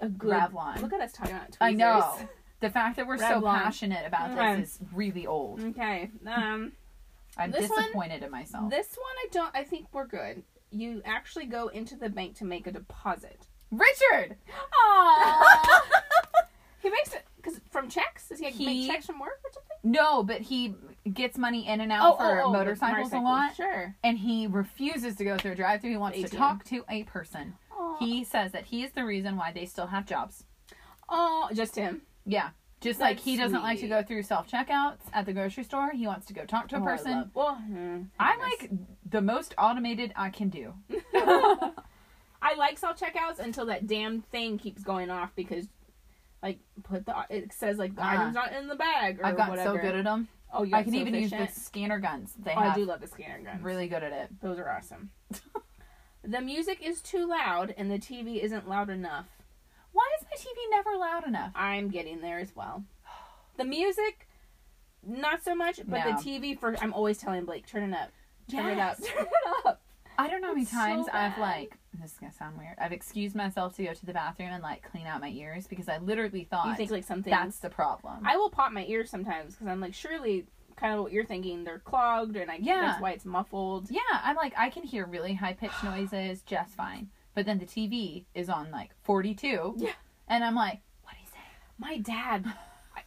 a good
Revlon.
Look at us talking about tweezers.
I know. The fact that we're so
Revlon.
passionate about
Okay.
this is really old.
Okay. Um.
I'm
Mm. This one-
disappointed in myself.
This one I don't I think we're good. You actually go into the bank to make a deposit.
Richard!
Aww. he makes it cuz from checks? Does he, like,
He-
make checks from work or something?
No, but he gets money in and out for
Oh, the
motorcycles a lot.
Sure.
And he refuses to go through a drive through. He wants to
18.
talk to a person.
Aw.
He says that he is the reason why they still have jobs.
Oh, just him.
Yeah. Just
That's
like he doesn't like to
sweet.
go through self checkouts at the grocery store. He wants to go talk to a
Oh, I
person.
love- well, hmm,
I'm
goodness.
like the most automated I can do.
I like self checkouts until that damn thing keeps going off because like put the it says like the
Uh-huh.
items not in the bag or
I've gotten
whatever.
so good at them.
oh, you
I can even use the scanner guns. They
Oh, I
have
do love the scanner gun.
really good at it.
Those are awesome. the music is too loud and the TV isn't loud enough.
Why is my TV never loud enough?
I'm getting there as well. The music, not so much, but
No.
the TV for I'm always telling Blake, turn it up. Turn it
Yes.
up. Turn it up.
I don't know how many
It's so
times I've
bad.
like this is gonna sound weird. I've excused myself to go to the bathroom and like clean out my ears because I literally thought
You think like something
that's the problem.
I will pop my ears sometimes because I'm like, surely kind of what you're thinking, they're clogged and I
Yeah.
that's why it's muffled.
yeah, I'm like I can hear really high pitched noises just fine, but then the TV is on like 42.
Yeah.
and I'm like, what is it?
My dad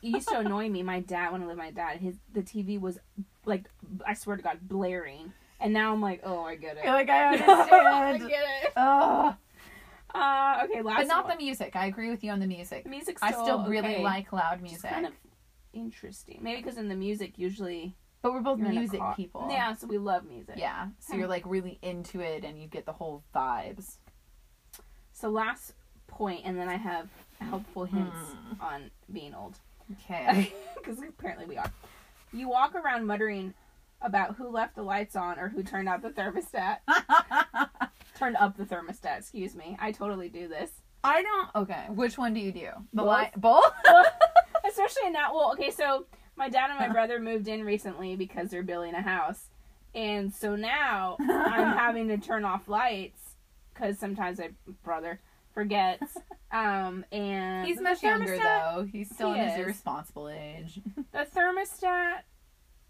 it used to annoy me. My dad when I lived with my dad, his the TV was like I swear to God, blaring. And now I'm like, oh I get it.
like I
I get it.
Ugh.
Uh, okay, last
But not the
one.
music. I agree with you on the music.
music's
I still really
okay.
like loud
It's
music.
kind of interesting. Maybe because in the music, usually
but we're both
you're in a
music
car-
people.
Yeah, so we love music.
Yeah. So
Hmm.
you're like really into it and you get the whole vibes.
So last point, and then I have helpful
Hmm.
hints on being old,
Okay.
because apparently we are. You walk around muttering about who left the lights on or who turned out the thermostat. turned up the thermostat. Excuse me. I totally do this.
I don't. Okay. Which one do you do? The
Both.
light both?
Especially in that. Well, okay, so my dad and my brother moved in recently because they're building a house. And so now I'm having to turn off lights because sometimes my brother forgets. Um, and
He's
the
much younger
thermostat-
though. He's still
He
in his
is.
irresponsible age.
The thermostat,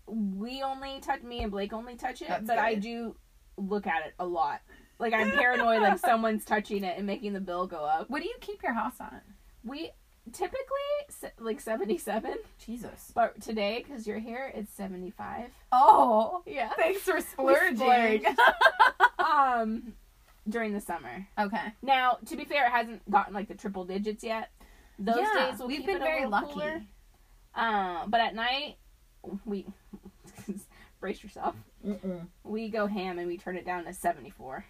we only touch me and Blake only touch it,
That's
but I
good.
do look at it a lot. Like I'm paranoid, like someone's touching it and making the bill go up.
What do you keep your house on?
We typically se- like 77,
Jesus.
but today because you're here, it's 75.
Oh,
Yeah.
thanks for
splurging.
splurging.
um, during the summer.
okay.
Now, to be fair, it hasn't gotten like the triple digits yet. Those
Yeah,
days will
we've
keep
been
it a
very
little
lucky.
cooler. Uh, but at night, we brace yourself. We go ham and we turn it down to seventy four.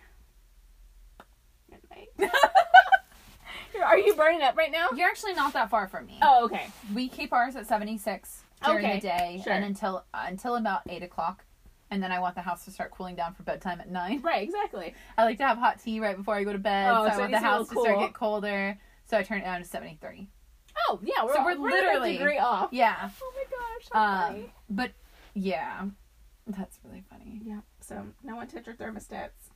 At night. Are you burning up right now?
You're actually not that far from me.
Oh, okay.
We keep ours at 76 during
Okay,
the day
sure.
and until uh, until about 8 o'clock. And then I want the house to start cooling down for bedtime at 9.
Right, exactly.
I like to have hot tea right before I go to bed.
Oh,
so,
so
I want
it needs to
the
be a
house to
little
start
cool.
get colder. So I turn it down to 73.
Oh, yeah. We're
So
all-
we're
we're like a
literally-
degree off.
Yeah.
Oh my gosh. so
Um,
funny.
but yeah, that's really funny.
yeah. So no one touch your thermostats.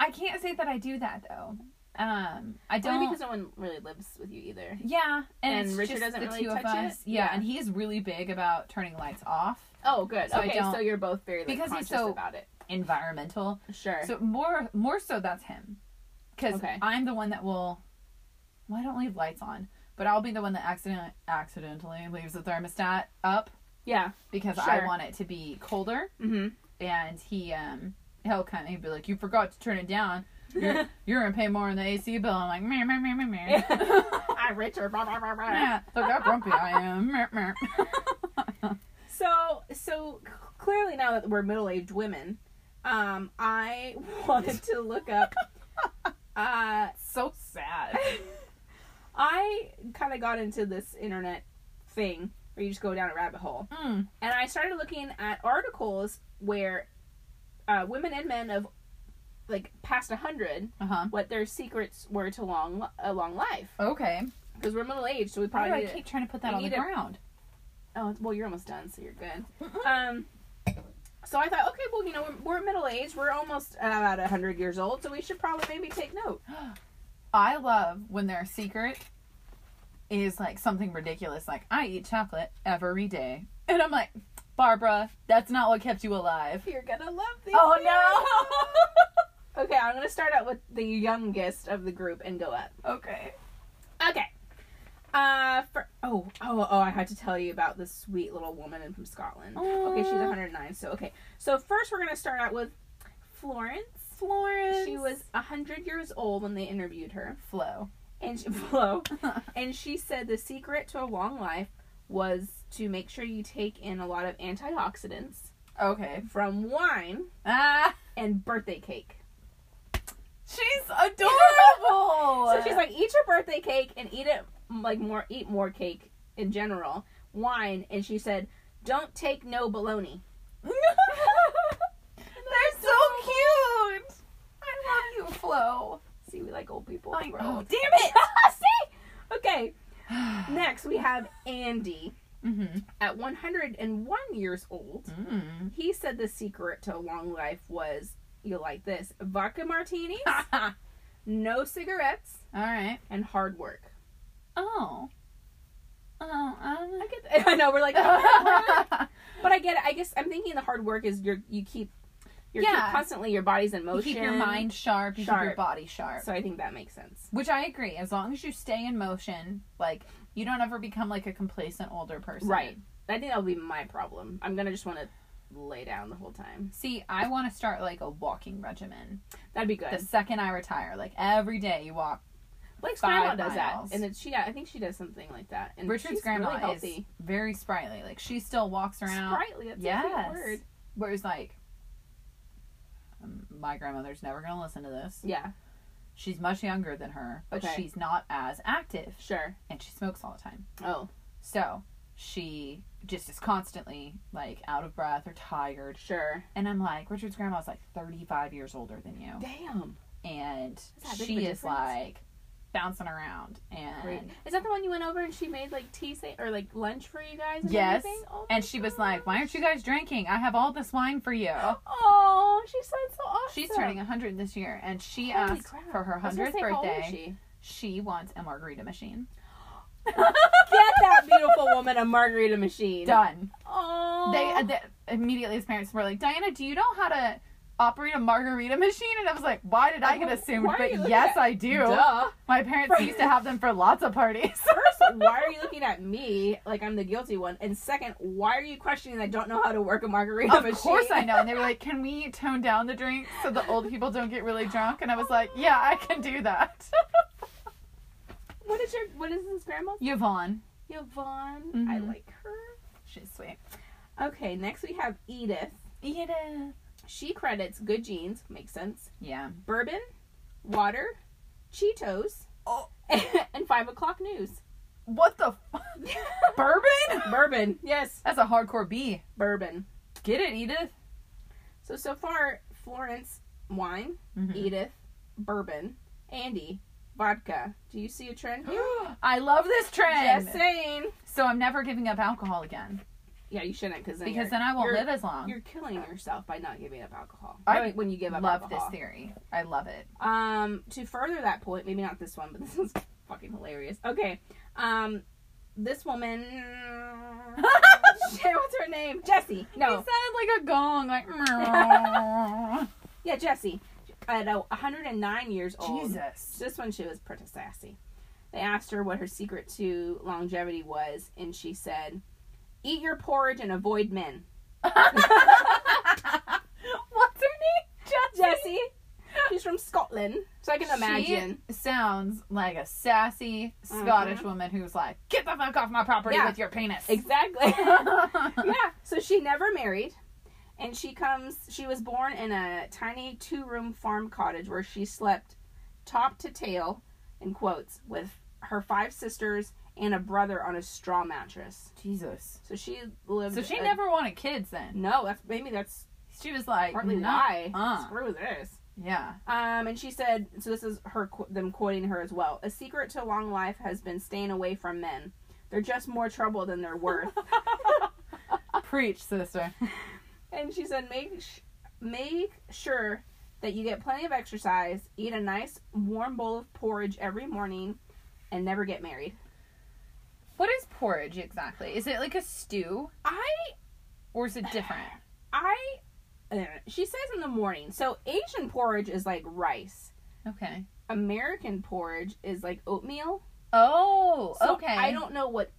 I can't say that I do that though. Um, I don't.
Only because no one really lives with you either.
yeah, and,
And
it's
Richard
just
doesn't
the
really
two of
touch it?
us. Yeah,
Yeah.
and he is really big about turning lights off.
Oh, good.
So I
okay,
don't-
so you're both very like,
Because
conscious
he's so-
about it.
Environmental.
Sure.
So more, more so that's him, because
Okay.
I'm the one that will. Well, I don't leave lights on, but I'll be the one that accident accidentally leaves the thermostat up
yeah.
because I
Sure.
want it to be colder.
Mm-hmm.
and he um he'll kind of be like, "You forgot to turn it down. You're, you're gonna pay more on the AC bill." I'm like, "Meh meh meh meh meh."
I Richard. Blah, blah, blah, blah.
Yeah, look how grumpy I am. Meh, meh.
So so c- clearly now that we're middle aged women, um, I wanted to look up. Uh,
so sad.
I kind of got into this internet thing where you just go down a rabbit hole,
Mm.
and I started looking at articles where uh, women and men of like past a hundred
Uh huh.
what their secrets were to long a long life
Okay.
because we're middle aged, so we
Why do
probably
I
need to-
keep trying to put that
I
on the
need it.
ground?
Oh, it's- well, you're almost done, so you're good. Um, so I thought, okay, well, you know, we're, we're middle aged. We're almost about 100 years old, so we should probably maybe take note.
I love when their secret is like something ridiculous, like I eat chocolate every day, and I'm like, Barbara, that's not what kept you alive.
You're going to love these.
Oh no.
no! Okay, I'm going to start out with the youngest of the group and go up.
okay.
Okay. Uh, for, oh, oh, oh, I had to tell you about this sweet little woman in from Scotland. Okay, she's
Aw.
109, so okay. So first we're going to start out with Florence.
Florence.
She was 100 years old when they interviewed her.
Flo.
And she, Flo. And she said the secret to a long life was to make sure you take in a lot of antioxidants
okay.
from wine
Ah,
and birthday cake.
she's adorable.
So she's like, eat your birthday cake and eat it mm, like more, eat more cake in general, wine. And she said, don't take no bologna.
they're so cute. I love you, Flo.
See, we like old people.
I-
We're
oh,
old.
damn it.
See? Okay. Next we have Andy.
mm-hmm.
At 101 years old, he said the secret to a long life was you like this vodka martinis,
All
no cigarettes,
right.
and hard work.
Oh. Oh. Um.
I get that. I know we're like, "Oh,
you
but I get it. I guess I'm thinking the hard work is your you keep you're
Yeah.
keep constantly your body's in motion.
keep your mind sharp. You keep your
Sharp.
body sharp.
So I think that makes sense.
Which I agree. As long as you stay in motion, like you don't ever become like a complacent older person.
Right. I think that'll be my problem. I'm gonna just want to lay down the whole time.
See, I want to start like a walking regimen.
That'd be good.
The second I retire, like every day you walk
Blake's grandma
five
does
miles.
that, and then she I think she does something like that. And
Richard's
she's
grandma
really
is
healthy.
very sprightly. Like she still walks around.
Sprightly. That's a
yes.
great word.
Whereas like um, my grandmother's never gonna listen to this.
Yeah.
She's much younger than her, but
Okay.
she's not as active,
Sure.
and she smokes all the time.
Oh,
So she just is constantly like out of breath or tired.
sure.
And I'm like, Richard's grandma's like 35 years older than you,
Damn.
and
that big of a
she is
difference?
like bouncing around and.
Is that the one you went over and she made like tea sa- or like lunch for you guys? And
Yes.
everything? Oh my
And she was like, Why aren't you guys drinking? I have all this wine for you.
gosh. Oh, Oh, she sounds so awesome.
She's turning 100 this year, and she
Holy
asked
crap.
for her
I was gonna
100th
say, how old is
birthday. She?
she?
wants a margarita machine.
Get that beautiful woman a margarita machine.
Done.
Oh.
They, uh, they immediately his parents were like, Diana, do you know how to operate a margarita machine? And I was like, Why did I get
Why-
assumed?
why are you
But
looking
yes,
at-
I do.
Duh.
My parents
Right.
used to have them for lots of parties.
First, why are you looking at me like I'm the guilty one? And second, why are you questioning that I don't know how to work a margarita
of
machine?
course I know. And they were like, Can we tone down the drink so the old people don't get really drunk? And I was like, Yeah, I can do that.
What is your what is this grandma?
Yvonne.
Yvonne. I
Mhm.
like her.
She's sweet.
Okay, next we have Edith.
Edith.
She credits good jeans, makes sense.
Yeah.
Bourbon, water, Cheetos,
Oh.
and five o'clock news.
What the fuck? Bourbon?
bourbon, yes,
That's a hardcore B.
bourbon.
Get it, Edith.
So so far, Florence wine,
Mm-hmm.
Edith, bourbon, Andy, vodka. Do you see a trend here?
I love this trend.
Just saying.
so I'm never giving up alcohol again
Yeah, you shouldn't because then
because
you're-
then I won't
you're-
live as long.
You're killing yourself by not giving up alcohol.
I
When- when you give up
love
alcohol.
this theory. I love it.
Um, to further that point, maybe not this one, but this is fucking hilarious. Okay. Um, this woman. Shit, what's her name? Jessie.
You
No.
sounded like a gong, like
Yeah, Jessie. At a 109 years
Oh,
old.
Jesus.
This one, she was pretty sassy. They asked her what her secret to longevity was, and she said, Eat your porridge and avoid men.
What's her name?
Jessie. She's from Scotland, so I can imagine. Mm-hmm.
She sounds like a sassy Scottish woman who's like, "Get the fuck off my property
Yeah.
with your penis."
Exactly. yeah. So she never married, and she comes. She was born in a tiny two-room farm cottage where she slept top to tail, in quotes, with her five sisters and a brother on a straw mattress.
Jesus.
So she lived.
So she
a-
never wanted kids then.
No, that's maybe that's
She was like,
partly
"Nah,
why.
uh."
Screw this.
Yeah.
Um, and she said, so this is her qu- them quoting her as well. A secret to long life has been staying away from men. They're just more trouble than they're worth.
Preach, sister.
And she said, make sh- make sure that you get plenty of exercise, eat a nice warm bowl of porridge every morning, and never get married.
What is porridge exactly? Is it like a stew
I
or is it different?
I uh, she says in the morning. So Asian porridge is like rice.
Okay.
American porridge is like oatmeal.
Oh,
So
okay.
I don't know what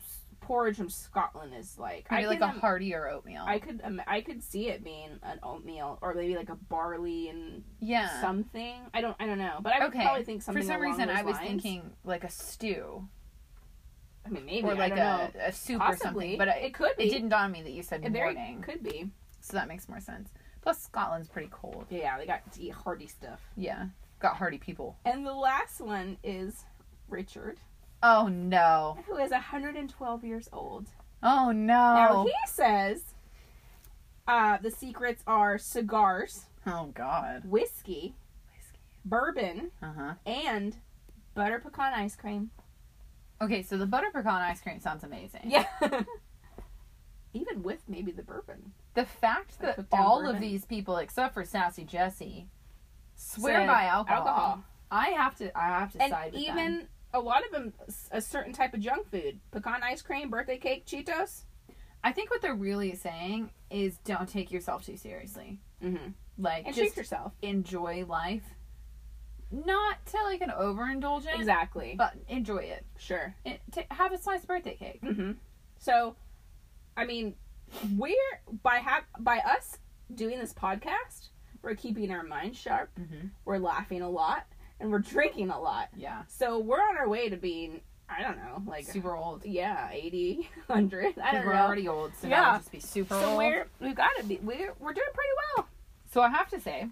s- porridge from Scotland is like.
Maybe
I
like
can
a
im-
heartier oatmeal.
I could um, I could see it being an oatmeal or maybe like a barley and
yeah.
something. I don't I don't know, but I would
okay.
probably think something.
For some
along
reason,
those
I was
lines.
thinking like a stew
I mean, maybe
or like
I don't
a, a soup
know.
or something.
Possibly,
But
it
it,
could
it,
be.
didn't dawn on me that you said
It very
morning,
could be.
so that makes more sense. Plus, Scotland's pretty cold.
Yeah, they got to eat hearty stuff.
Yeah, got hearty people.
And the last one is Richard,
Oh no!
who is 112 years old.
Oh
Now
no!
he says, uh, the secrets are cigars,
Oh god!
whiskey, bourbon,
Uh huh.
and butter pecan ice cream.
Okay, so the butter pecan ice cream sounds amazing.
Yeah. Even with maybe the bourbon.
The fact
Like
that
cooked down
all of
bourbon.
these people, except for Sassy Jesse, swear
Said
by alcohol,
alcohol.
I have to. I have to
and
side with
even
them.
a lot of them s- a certain type of junk food pecan ice cream birthday cake cheetos
I think what they're really saying is don't take yourself too seriously.
mm-hmm.
Like
and treat
just
yourself
enjoy life, not to like an overindulgence,
exactly
but enjoy it.
sure
it t- have a sliced birthday cake.
mm-hmm. so i mean we're by ha- by us doing this podcast we're keeping our minds sharp
Mhm.
we're laughing a lot and we're drinking a lot
Yeah,
so we're on our way to being i don't know like
super old.
yeah 80 100 i
'Cause
don't
we're
know
already old, so
Yeah.
now we'll just be super
so
old.
we're we've got to be we're, we're doing pretty well
So I have to say,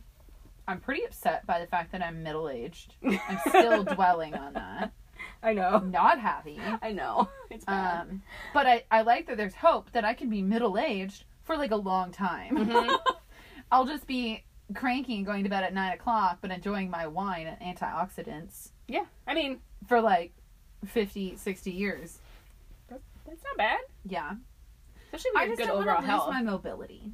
I'm pretty upset by the fact that I'm middle aged. I'm still dwelling on that.
i know
Not happy.
i know Uh, it's bad.
Um, but I, I like that there's hope that I can be middle aged for like a long time. I'll just be cranky and going to bed at nine o'clock, but enjoying my wine and antioxidants
Yeah, I mean
for like 50, 60 years.
that's not bad,
Yeah.
especially
I
with
just
good
don't
overall
want to lose
health.
my mobility.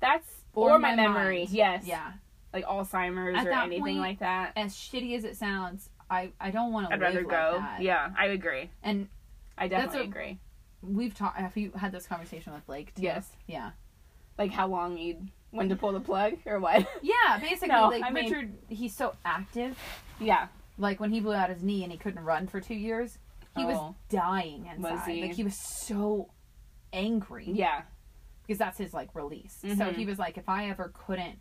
That's or, my,
mind.
memory. Yes.
Yeah.
Like Alzheimer's
At
or
that
anything
point,
like that.
As shitty as it sounds, I I don't want to.
I'd rather go.
That.
yeah, I agree.
And
I
That's
definitely
a-
agree.
we've talked. Have you had this conversation with Blake? Too?
Yes.
Yeah.
Like how long you would when to pull the plug or what?
Yeah. Basically,
No,
like
I mean-
Richard, he's so active.
yeah.
Like when he blew out his knee and he couldn't run for two years, he was
Oh.
dying inside.
he?
Like he was so angry.
Yeah.
because that's his like release. So
Mhm.
he was like, if I ever couldn't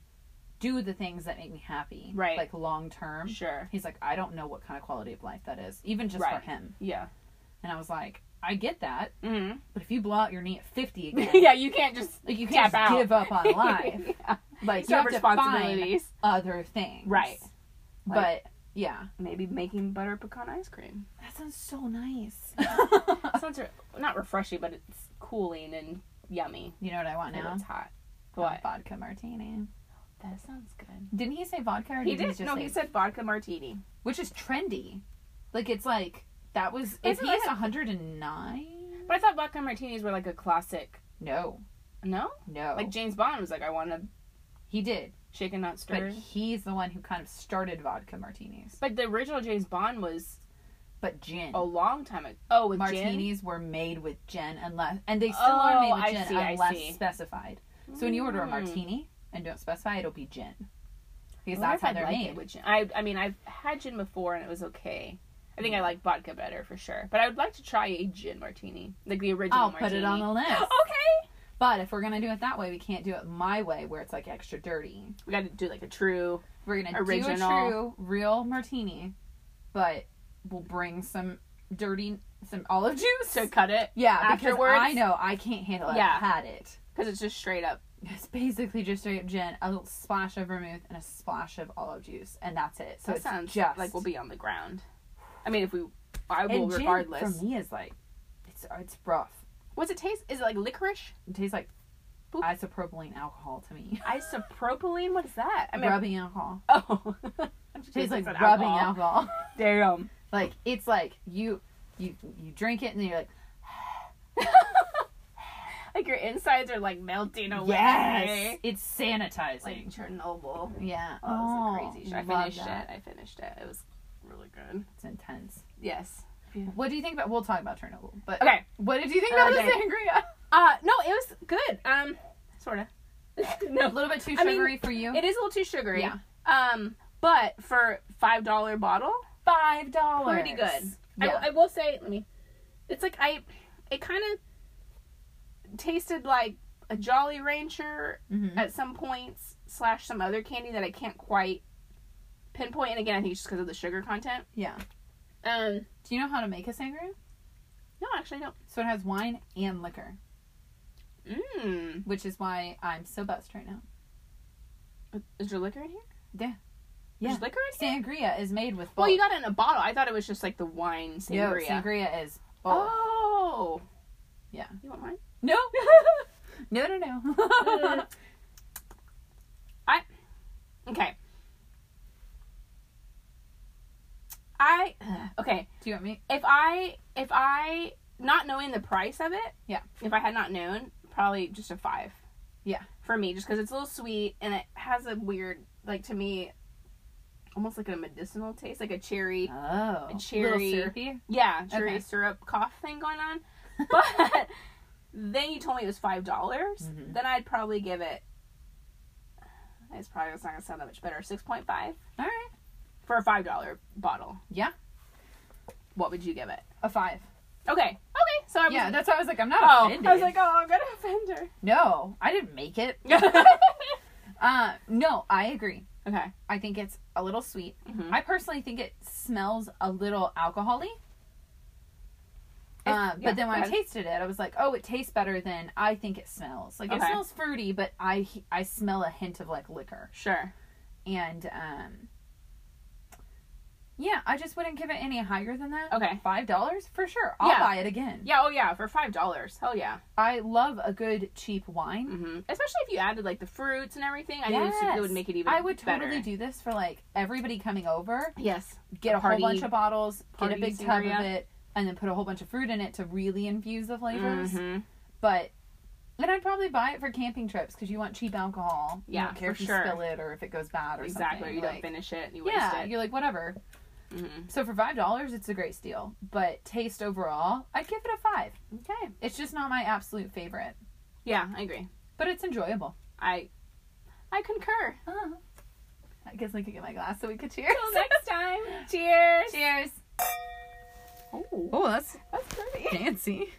do the things that make me happy,
Right.
like long term,
Sure.
he's like, I don't know what kind of quality of life that is, even just
Right.
for him.
Yeah.
And I was like, I get that,
Mm-hmm.
but if you blow out your knee at fifty again,
yeah, you can't just
like you
Tap
can't
out.
just give up on life.
yeah.
Like you
Some
have to find
responsibilities.
other things,
Right. Like-
but yeah,
Maybe making butter pecan ice cream.
that sounds so nice.
sounds re- not refreshing, but it's cooling and yummy.
you know what I want
And
now?
it's hot.
A
What?
vodka martini.
That sounds good.
Didn't he say vodka? Or
He
just
did. No,
say
he said vodka martini.
which is trendy. Like it's like that was is
Isn't
he
that-
109?
But I thought vodka martinis were like a classic.
No,
No?
no.
Like James Bond was like, I want to
he did,
shake and not stir.
but he's the one who kind of started vodka martinis.
But the original James Bond was
But gin
a long time ago. Oh, with gin?
martinis were made with gin unless and they still
Oh,
are made with
I
gin
see, I
unless
see.
specified. So when you order a
Mm.
martini and don't specify, it'll be gin because
I wonder
that's
if
how
I'd
they're
like
made.
It with gin. I, I mean, I've had gin before and it was okay. I think I like vodka better for sure. But I would like to try a gin martini, like the original
I'll
martini.
put it on the list.
okay.
But if we're gonna do it that way, we can't do it my way where it's like extra dirty.
We got to do like a true.
We're gonna do a
Original.
true real martini, but we'll bring some dirty some olive juice.
So cut it.
yeah,
afterwards-
because I know I can't handle it.
Yeah.
I've had it.
Because it's just straight up.
It's basically just straight up gin, a little splash of vermouth, and a splash of olive juice, and that's it. So
that
it's
sounds
just
like we'll be on the ground. I mean, if we. I will
and gin
regardless.
For me, is like it's uh, it's rough.
What's it taste? Is it like licorice?
It tastes like
Boop.
isopropylene alcohol to me.
Isopropylene? What is that? I mean,
rubbing alcohol.
oh.
It tastes like
It's
rubbing
an alcohol.
alcohol.
Damn.
Like it's like you you you drink it and then you're like.
Like your insides are like melting away.
Yes, it's sanitizing.
Like Chernobyl.
yeah.
Oh, that was a crazy show. I
love
finished
that.
it. I finished it. It was really good.
It's intense.
Yes.
What do you think about? We'll talk about Chernobyl, but
Okay.
What did you think about
Okay.
the sangria?
Uh no, it was good. Um sort of.
A
no.
little bit too
I mean,
sugary for you.
It is a little too sugary.
Yeah.
Um but for $5 bottle,
five dollars.
pretty good. I,
Yeah.
will- I will say, let me. It's like I it kind of tasted like a Jolly Rancher
Mhm.
at some points slash some other candy that I can't quite pinpoint and again I think it's just because of the sugar content.
yeah.
Um
Do you know how to make a sangria?
no, actually I
So it has wine and liquor,
don't. Mmm.
which is why I'm so buzzed right now.
Is there liquor in here?
Yeah.
There's
Yeah.
liquor in here?
Sangria is made with. Both.
Well, you got it in a bottle. I thought it was just like the wine
No,
sangria.
sangria is. Both.
Oh.
Yeah.
You want mine?
No. no. No. No.
I Okay. I okay.
do you want me?
If I if I not knowing the price of it,
Yeah.
If I had not known, probably just a five.
Yeah.
For me, just because it's a little sweet and it has a weird, like to me, almost like a medicinal taste, like a cherry.
Oh.
cherry-
Little syrupy.
Yeah, cherry
Okay.
syrup cough thing going on. But then you told me it was five dollars.
Mhm.
Then I'd probably give it. It's probably it's not gonna sound that much better. Six point five
All right.
for a five dollar bottle.
Yeah.
What would you give it?
A five.
Okay, okay. So I was
Yeah, that's why I was like, I'm not
oh,
offended.
I was like, oh, I'm gonna offend her.
no, I didn't make it. Uh, no, I agree.
okay.
I think it's a little sweet.
Mhm.
I personally think it smells a little alcoholy.
It-
Uh,
yeah,
but then when I
go ahead.
tasted it, I was like, "Oh, it tastes better than I think it smells. Like it
Okay.
smells fruity, but I I smell a hint of like liquor."
Sure.
And um, yeah, I just wouldn't give it any higher than that.
Okay.
five dollars for sure. I'll
Yeah.
buy it again.
Yeah. Oh yeah. For five dollars. Hell yeah.
I love a good cheap wine.
hmm Especially if you added like the fruits and everything. I think it would
Mm-hmm. Yes.
make it even.
I would
better.
totally do this for like everybody coming over.
Yes.
Get a
Party-
whole bunch of bottles, get a
party
big tub of
sangria. Mm-hmm.
it, and then put a whole bunch of fruit in it to really infuse the flavors.
Mhm.
But And I'd probably buy it for camping trips because you want cheap alcohol. You
Yeah,
don't care
for
if you
sure.
spill it or if it goes bad or
Exactly.
something.
Or you don't
like-
finish it. You waste
Yeah,
it.
you're like whatever.
Mhm.
So for five dollars, it's a great steal. But taste overall, I'd give it a five.
Okay.
It's just not my absolute favorite,
Yeah, I agree.
but it's enjoyable.
I I concur.
I guess I could get my glass so we could cheers.
Uh-huh. Till next time. Cheers.
cheers.
Oh,
Oh, that's
that's pretty.
fancy.